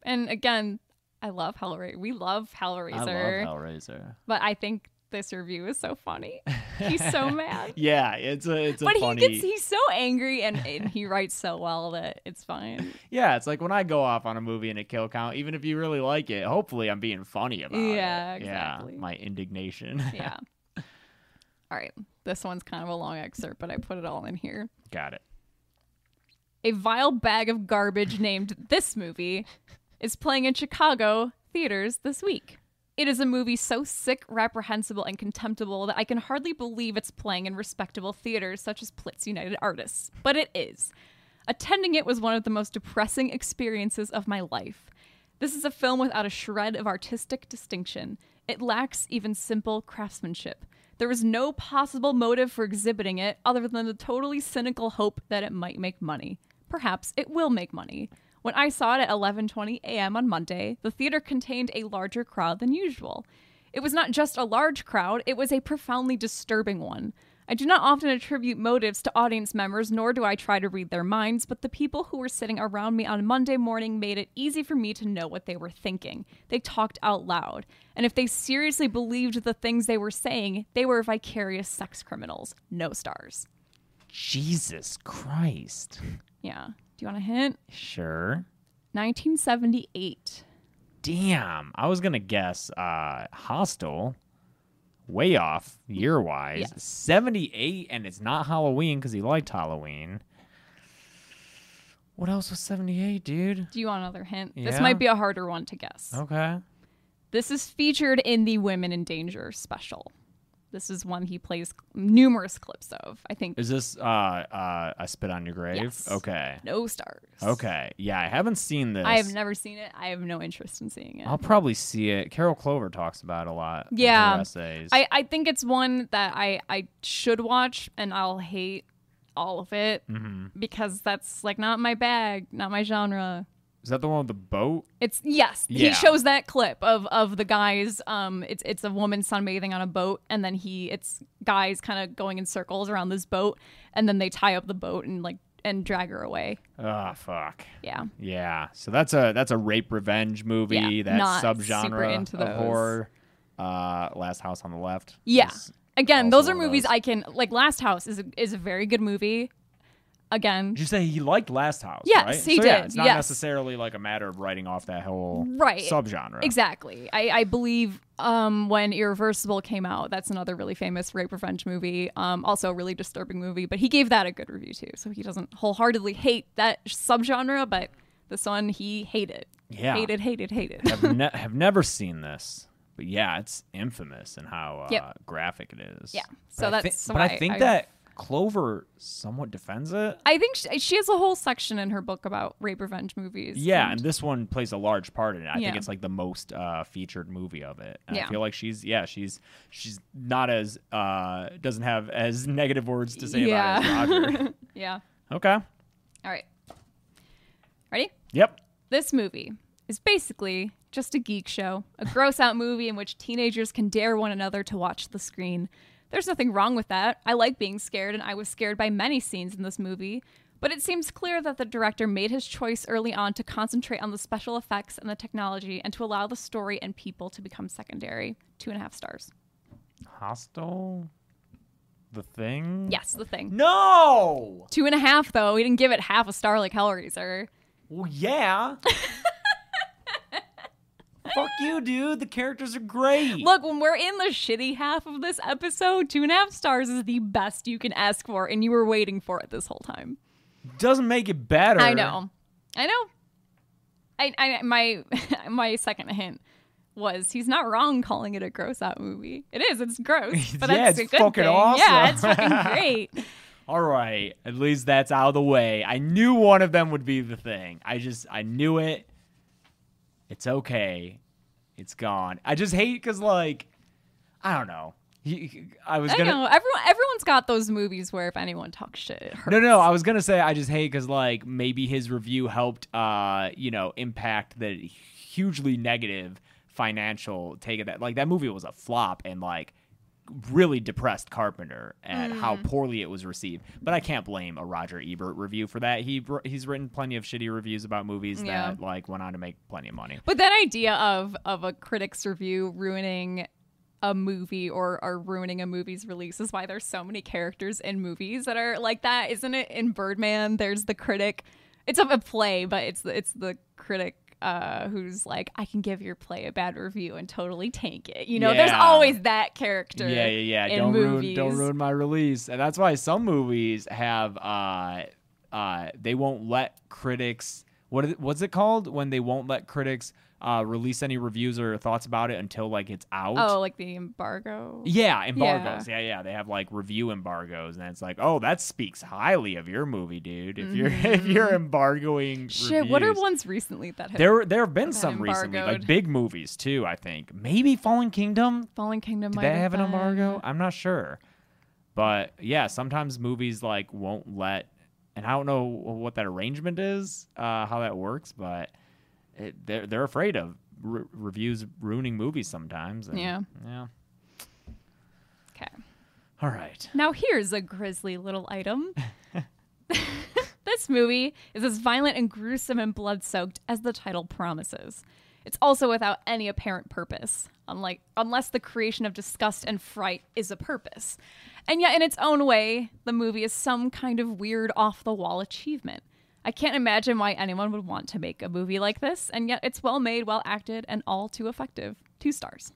and again, I love Hellraiser. We love Hellraiser,
I love Hellraiser.
but I think this review is so funny. He's so mad,
Yeah, it's a it's a
but
funny.
he gets—he's so angry, and, and he writes so well that it's fine.
yeah, it's like when I go off on a movie and a kill count, even if you really like it, hopefully I'm being funny about it.
Yeah, exactly.
Yeah, my indignation.
Yeah. All right, this one's kind of a long excerpt, but I put it all in here.
Got it.
a vile bag of garbage named This Movie is playing in Chicago theaters this week. It is a movie so sick, reprehensible, and contemptible that I can hardly believe it's playing in respectable theaters such as Plitz United Artists. But it is. Attending it was one of the most depressing experiences of my life. This is a film without a shred of artistic distinction. It lacks even simple craftsmanship. There was no possible motive for exhibiting it other than the totally cynical hope that it might make money. Perhaps it will make money. When I saw it at 11:20 a.m. on Monday, the theater contained a larger crowd than usual. It was not just a large crowd, it was a profoundly disturbing one. I do not often attribute motives to audience members, nor do I try to read their minds, but the people who were sitting around me on Monday morning made it easy for me to know what they were thinking. They talked out loud. And if they seriously believed the things they were saying, they were vicarious sex criminals. No stars.
Jesus Christ.
Yeah. Do you want a hint?
Sure.
1978.
Damn. I was gonna guess uh hostile. Way off year wise.
Yes.
Seventy eight and it's not Halloween because he liked Halloween. What else was seventy eight, dude?
Do you want another hint? This
Yeah.
might be a harder one to guess.
Okay.
This is featured in the Women in Danger special. This is one he plays numerous clips of. I think
Is this uh uh I spit on your grave?
Yes.
Okay.
no stars.
Okay. Yeah, I haven't seen this.
I have never seen it. I have no interest in seeing it.
I'll probably see it. Carol Clover talks about it a lot. in her
Yeah.
essays.
I, I think it's one that I, I should watch and I'll hate all of it
Hmm. Mm-hmm.
because that's like not my bag, not my genre.
Is that the one with the boat?
It's yes,
Yeah.
he shows that clip of of the guys. Um, it's it's a woman sunbathing on a boat, and then he it's guys kind of going in circles around this boat, and then they tie up the boat and like and drag her away.
Ah, fuck.
Yeah,
Yeah. So that's a that's a rape revenge movie.
Yeah,
that
not super
subgenre
into
of
those.
horror. Uh, Last House on the Left.
yeah.
is-
Again,
also
those are
one of
movies
those.
I can like. Last House is a, is a very good movie. Again,
Did you say he liked Last House?
Yes,
right?
he
so Yeah,
did.
it's not
Yes.
necessarily like a matter of writing off that whole
Right.
subgenre.
Exactly. I, I believe um, when Irreversible came out, that's another really famous rape revenge movie. Um, also a really disturbing movie, but he gave that a good review too. So he doesn't wholeheartedly hate that subgenre, but this one he hated.
Yeah.
Hated, hated, hated.
have, ne- have never seen this, but yeah, it's infamous in how uh,
Yep.
graphic it is.
Yeah,
But
so
I thi-
that's
but I
why
think
I-
that Clover somewhat defends it.
I think she, she has a whole section in her book about rape revenge movies.
Yeah, and
and-
this one plays a large part in it. I
Yeah.
think it's like the most uh, featured movie of it. And I
Yeah.
feel like she's yeah she's she's not as uh, doesn't have as negative words to say
Yeah.
about it as Roger.
yeah.
okay.
All right. Ready?
Yep.
This movie is basically just a geek show, a gross out movie in which teenagers can dare one another to watch the screen. There's nothing wrong with that. I like being scared, and I was scared by many scenes in this movie. But it seems clear that the director made his choice early on to concentrate on the special effects and the technology and to allow the story and people to become secondary. Two and a half stars.
Hostile. The thing.
Yes, the thing.
No.
Two and a half, though. We didn't give it half a star like Hellraiser.
Well, yeah. Fuck you, dude. The characters are great.
Look, when we're in the shitty half of this episode, two and a half stars is the best you can ask for, and you were waiting for it this whole time.
doesn't make it better.
I know, I know. I, I my my second hint was he's not wrong calling it a gross out movie. It is. It's gross, but
Yeah,
that's
it's
a good
fucking
thing. Yeah,
awesome.
it's fucking great.
All right, at least that's out of the way. I knew one of them would be the thing. I just I knew it. It's okay. It's gone. I just hate because like I don't know. He- he- I was
I
gonna
know everyone. Everyone's got those movies where if anyone talks shit, it hurts.
No, no, I was gonna say I just hate because like maybe his review helped, uh, you know, impact the hugely negative financial take of that. Like that movie was a flop and like really depressed Carpenter at how
Mm.
poorly it was received. But I can't blame a Roger Ebert review for that. He wr- he's written plenty of shitty reviews about movies
Yeah.
that like went on to make plenty of money.
But that idea of of a critic's review ruining a movie or or ruining a movie's release is why there's so many characters in movies that are like that, isn't it? In Birdman, there's the critic. It's of a play, but it's the, it's the critic. Uh, who's like I can give your play a bad review and totally tank it. You know, there's
Yeah.
always that character.
Yeah, yeah, yeah.
In
Don't ruin,
movies.
don't ruin my release. And that's why some movies have uh, uh, they won't let critics. What is, what's it called when they won't let critics uh, release any reviews or thoughts about it until like it's out?
Oh, like the embargo.
Yeah, embargoes. Yeah. yeah, They have like review embargoes, and it's like, oh, that speaks highly of your movie, dude. If you're if you're embargoing
Mm-hmm. Shit, what are
reviews.
ones recently that have
There, there have been
Been
some recently, like
embargoed.
big movies too. I think maybe Fallen Kingdom.
Fallen Kingdom?
Did
might
that have an
been.
embargo? I'm not sure. But yeah, sometimes movies like won't let, and I don't know what that arrangement is, uh, how that works, but it, they're they're afraid of re- reviews ruining movies sometimes. and-
Yeah.
Yeah.
Okay.
All right.
Now here's a grisly little item. this movie is as violent and gruesome and blood-soaked as the title promises. It's also without any apparent purpose, unlike unless the creation of disgust and fright is a purpose. And yet in its own way, the movie is some kind of weird off-the-wall achievement. I can't imagine why anyone would want to make a movie like this, and yet it's well made, well acted, and all too effective. Two stars.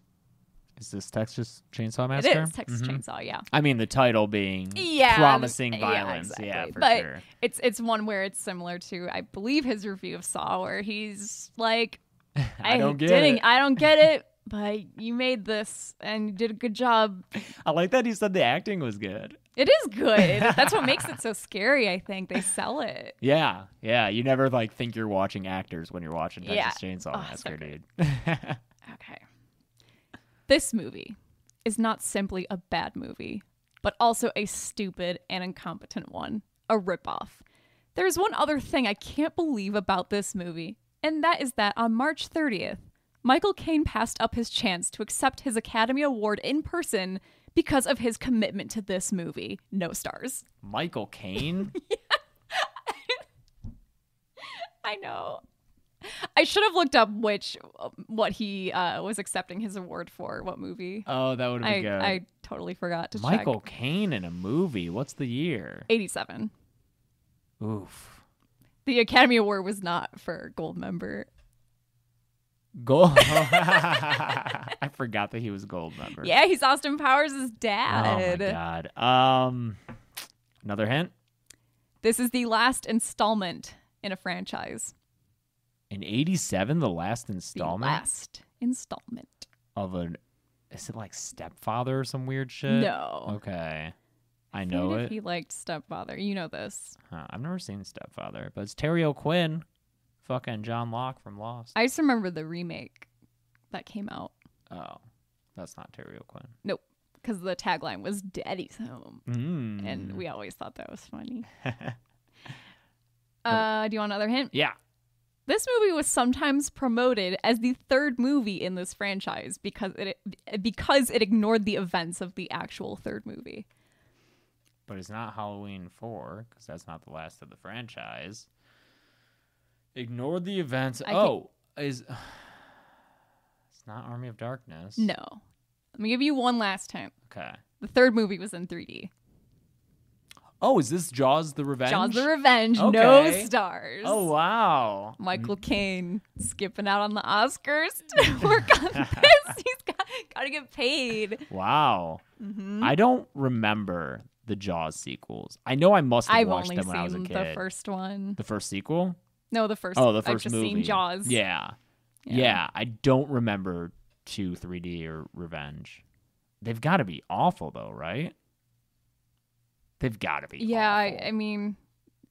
Is this Texas Chainsaw
It
Massacre?
is Texas
Mm-hmm.
Chainsaw, yeah
I mean, the title being
yeah, um,
promising
yeah,
violence. Yeah,
exactly.
for
but
sure.
It's it's one where it's similar to I believe his review of Saw, where he's like, I,
don't get
didn't,
it."
I don't get it, but you made this and you did a good job.
I like that he said the acting was good.
It is good. That's what makes it so scary. I think they sell it.
Yeah, yeah. You never like think you're watching actors when you're watching
Yeah.
Texas Chainsaw
Oh, so
Massacre,
good.
dude.
Okay, this movie is not simply a bad movie, but also a stupid and incompetent one, a ripoff. There's one other thing I can't believe about this movie, and that is that on March 30th, Michael Caine passed up his chance to accept his Academy Award in person because of his commitment to this movie. No stars.
Michael Caine.
I know. I should have looked up which what he uh, was accepting his award for, what movie.
Oh, that would be
I,
good.
I totally forgot to
Michael
check.
Caine in a movie. What's the year?
87.
Oof.
The Academy Award was not for Gold Member.
Gold. I forgot that he was gold member.
Yeah, he's Austin Powers'
Oh my
dad.
god. Um, another hint.
this is the last installment in a franchise.
In '87, the last
The
installment
last installment.
of an is it like Stepfather or some weird shit?
No.
Okay. I
Even
know
if
it.
He liked Stepfather. You know this.
Huh, I've never seen Stepfather, but it's Terry O'Quinn, fucking John Locke from Lost.
I just remember the remake that came out.
oh, that's not Terry O'Quinn.
Nope, because the tagline was "Daddy's home,"
Mm.
and we always thought that was funny. uh, do you want another hint?
yeah.
This movie was sometimes promoted as the third movie in this franchise because it because it ignored the events of the actual third movie.
but it's not Halloween 4 because that's not the last of the franchise. Ignore the events.
I
oh, is it's not Army of Darkness?
No. Let me give you one last hint.
Okay.
The third movie was in 3D.
Oh, is this Jaws the Revenge?
Jaws the Revenge, no
Okay.
stars.
Oh wow. Mm.
Michael Caine skipping out on the Oscars to work on this. He's got, got to get paid.
Wow.
Mm-hmm.
I don't remember the Jaws sequels. I know I must have
I've
watched
only
them when I was a
seen
kid.
the first one.
The first sequel?
No, the first.
Oh, the 1st
I've just
movie.
seen Jaws.
Yeah. yeah. I don't remember 2, 3D or Revenge. They've got to be awful though, right? They've got to be.
Yeah, I,
awful.
I mean,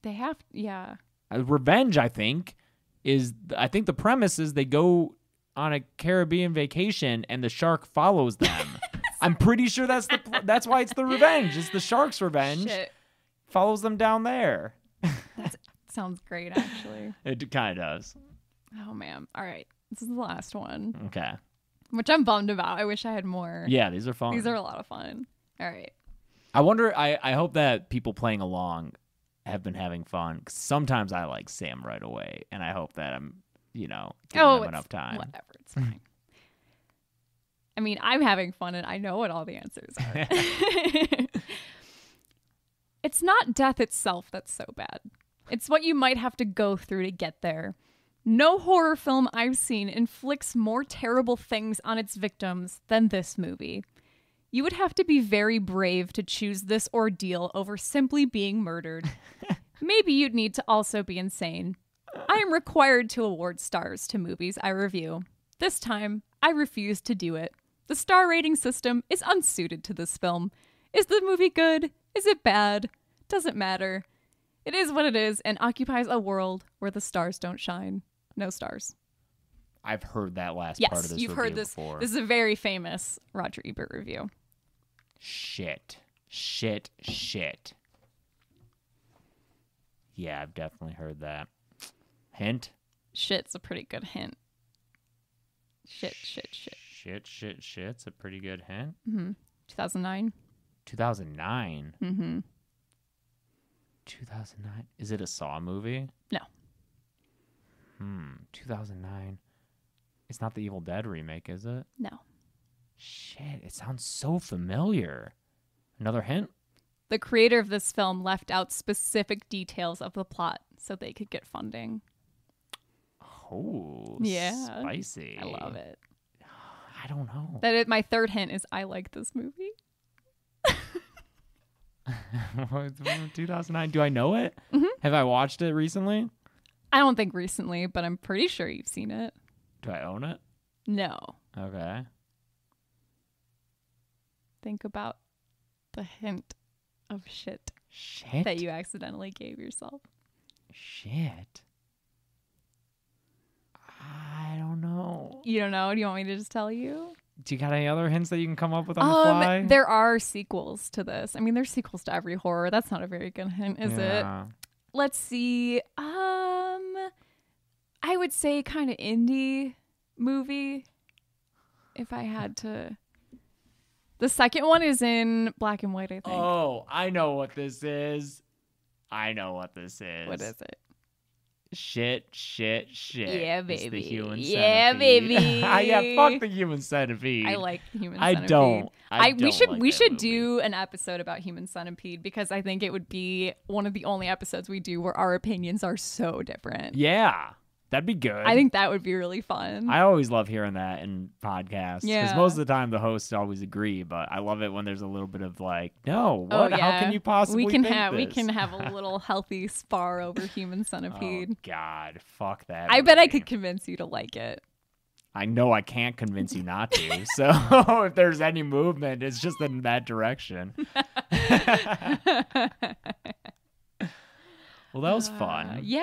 they have. Yeah.
Uh, Revenge, I think, is I think the premise is they go on a Caribbean vacation and the shark follows them. I'm pretty sure that's the pl- that's why it's the revenge. It's the shark's revenge.
Shit.
Follows them down there.
Sounds great, actually.
It kind of does.
oh, man. All right. This is the last one,
Okay.
which I'm bummed about. I wish I had more.
Yeah, these are fun.
These are a lot of fun. All right.
I wonder. I I hope that people playing along have been having fun. 'cause sometimes I like Sam right away, and I hope that I'm you know giving them
Oh, it's-
enough time.
Whatever. It's fine. I mean, I'm having fun and I know what all the answers are. it's not death itself that's so bad. It's what you might have to go through to get there. No horror film I've seen inflicts more terrible things on its victims than this movie. You would have to be very brave to choose this ordeal over simply being murdered. Maybe you'd need to also be insane. I am required to award stars to movies I review. This time, I refuse to do it. The star rating system is unsuited to this film. Is the movie good? Is it bad? Doesn't matter. It is what it is and occupies a world where the stars don't shine. No stars.
I've heard that last part of
Yes,
this.
you've heard
review
this.
Before.
This is a very famous Roger Ebert review.
Shit. Shit. Shit. Yeah, I've definitely heard that. Hint?
Shit's a pretty good hint. Shit, shit, shit.
Shit, shit, shit's a pretty good hint.
2009?
2009. Mm hmm.
Mm-hmm.
2009. Is it a Saw movie?
No.
Hmm. 2009. It's not the Evil Dead remake, is it?
No.
Shit, it sounds so familiar. Another hint?
The creator of this film left out specific details of the plot so they could get funding.
Oh,
Yeah.
Spicy.
I love it.
I don't know.
That is, my third hint is I like this movie.
Well, it's from 2009. Do I know it?
Mm-hmm.
Have I watched it recently?
I don't think recently, but I'm pretty sure you've seen it.
Do I own it?
No.
Okay.
Think about the hint of shit
Shit.
that you accidentally gave yourself.
Shit. I don't know.
You don't know? Do you want me to just tell you? Um,
Do you got any other hints that you can come up with on the fly?
there are sequels to this. I mean, there's sequels to every horror. That's not a very good hint, is it? let's see um i would say kind of indie movie if i had to the second one is in black and white i think
Oh, I know what this is. I know what this is.
what is it
Shit, shit, shit.
Yeah,
It's the
baby.
human
Yeah,
centipede.
baby.
yeah, fuck the human centipede.
i like human
I
centipede
don't. I
we
don't
should
like
we
that
should
movie.
do an episode about human centipede because i think it would be one of the only episodes we do where our opinions are so different
Yeah, that'd be good.
i think that would be really fun
I always love hearing that in podcasts because
Yeah.
most of the time the hosts always agree, but I love it when there's a little bit of like, no,
Oh,
what? How can
yeah.
you possibly?
We can
think
have we
this?
can have a little healthy spar over human
Oh,
centipede.
God, fuck that!
I bet I
movie.
could convince you to like it.
I know I can't convince you not to. so if there's any movement, it's just in that direction. Mm. well, that was
Uh,
fun.
yeah,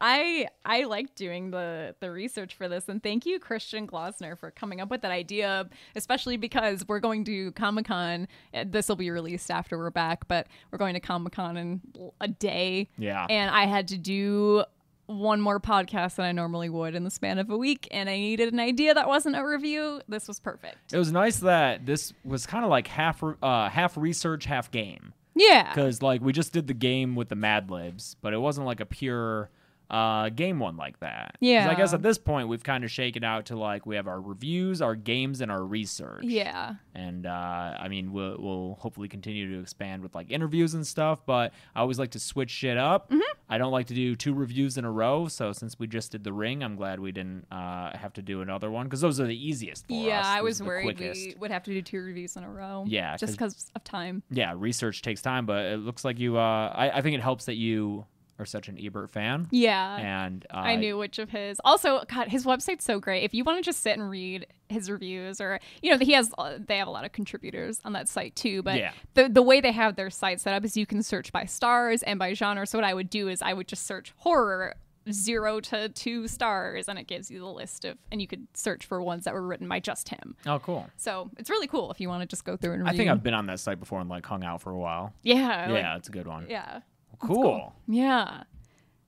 I I like doing the the research for this, and thank you Christian Glosner for coming up with that idea. Especially because we're going to Comic Con. This will be released after we're back, but we're going to Comic Con in l- a day.
Yeah.
and I had to do one more podcast than I normally would in the span of a week, and I needed an idea that wasn't a review. This was perfect.
It was nice that this was kind of like half re- uh, half research, half game.
Yeah.
because like we just did the game with the Mad Libs, but it wasn't like a pure uh, game one like that. 'Cause
Yeah.
I guess at this point we've kind of shaken out to like we have our reviews, our games, and our research.
Yeah.
And uh, I mean, we'll, we'll hopefully continue to expand with like interviews and stuff, but I always like to switch shit up.
Mm-hmm.
I don't like to do two reviews in a row. So since we just did The Ring, I'm glad we didn't uh, have to do another one because those are the easiest for
yeah,
us.
I
Those
was
are the
worried
quickest.
we would have to do two reviews in a row.
Yeah,
just because of time.
Yeah, research takes time, but it looks like you, uh, I, I think it helps that you are such an Ebert fan.
Yeah,
And uh,
I knew which of his. Also, God, his website's so great. If you want to just sit and read his reviews, or you know, he has uh, they have a lot of contributors on that site too. But
Yeah.
the the way they have their site set up is you can search by stars and by genre. So what I would do is I would just search horror zero to two stars, and it gives you the list of, and you could search for ones that were written by just him.
Oh, cool.
So it's really cool if you want to just go through and read.
I think I've been on that site before and like hung out for a while.
yeah, like-
yeah, it's a good one.
yeah.
cool.
Yeah.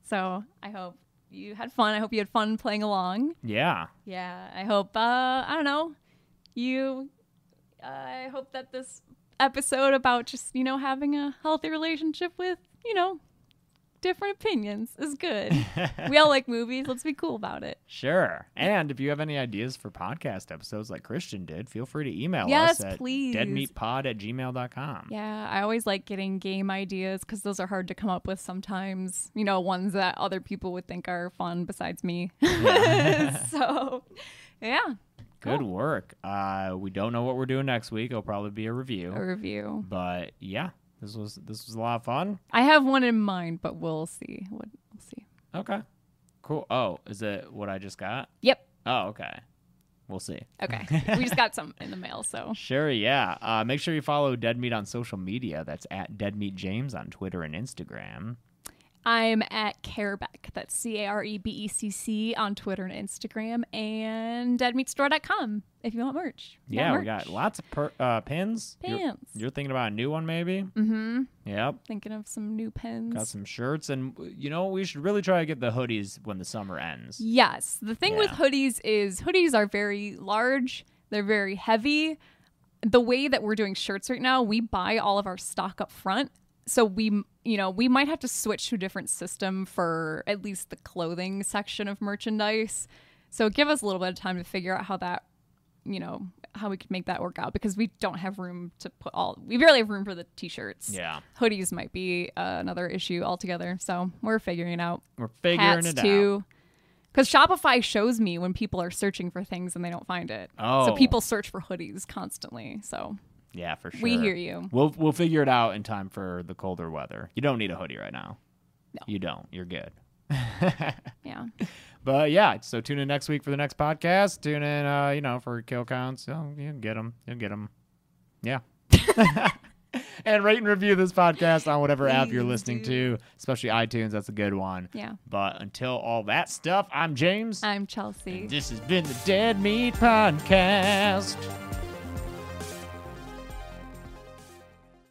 So I hope you had fun. I hope you had fun playing along.
Yeah.
Yeah. I hope, uh, I don't know, you, I hope that this episode about just, you know, having a healthy relationship with, you know, different opinions is good. we all like movies. Let's be cool about it.
Sure. And if you have any ideas for podcast episodes like Christian did, feel free to email
Yes,
us at
please.
deadmeatpod at gmail.com.
Yeah, I always like getting game ideas because those are hard to come up with sometimes. You know, ones that other people would think are fun besides me. so, yeah, Oh.
Good work. Uh, we don't know what we're doing next week. It'll probably be a review.
a review.
But yeah, this was this was a lot of fun.
I have one in mind, but we'll see. What we'll see.
Okay. Cool. Oh, is it what I just got?
Yep.
Oh, okay. We'll see.
Okay. we just got some in the mail, so
Sure, yeah. Uh, make sure you follow Dead Meat on social media. That's at Dead Meat James on Twitter and Instagram.
I'm at Carebeck. That's C A R E B E C C on Twitter and Instagram, and deadmeatstore.com if you want merch. Want
Yeah, we
merch.
got lots of per- uh, pins. You're-
Pins.
You're, thinking about a new one, maybe. Mm-hmm. Yep.
Thinking of some new pins.
Got some shirts, and uh, you know we should really try to get the hoodies when the summer ends.
Yes. The thing with
Yeah.
hoodies is hoodies are very large, they're very heavy. The way that we're doing shirts right now, we buy all of our stock up front. So we, you know, we might have to switch to a different system for at least the clothing section of merchandise. So give us a little bit of time to figure out how that, you know, how we could make that work out because we don't have room to put all. We barely have room for the t-shirts.
Yeah.
Hoodies might be uh, another issue altogether. So we're figuring it out
We're figuring
hats
it
too. Because Shopify shows me when people are searching for things and they don't find it.
Oh.
So people search for hoodies constantly. So
out. Yeah, for sure.
We hear you.
We'll we'll figure it out in time for the colder weather. You don't need a hoodie right now. No. You don't. You're good.
yeah.
But yeah, so tune in next week for the next podcast. Tune in, uh, you know, for kill counts. Oh, you'll get them. You'll get them. Yeah. and rate and review this podcast on whatever app you're listening to, especially iTunes. That's a good one.
Yeah.
But until all that stuff, I'm James.
I'm Chelsea.
this has been the Dead Meat Podcast.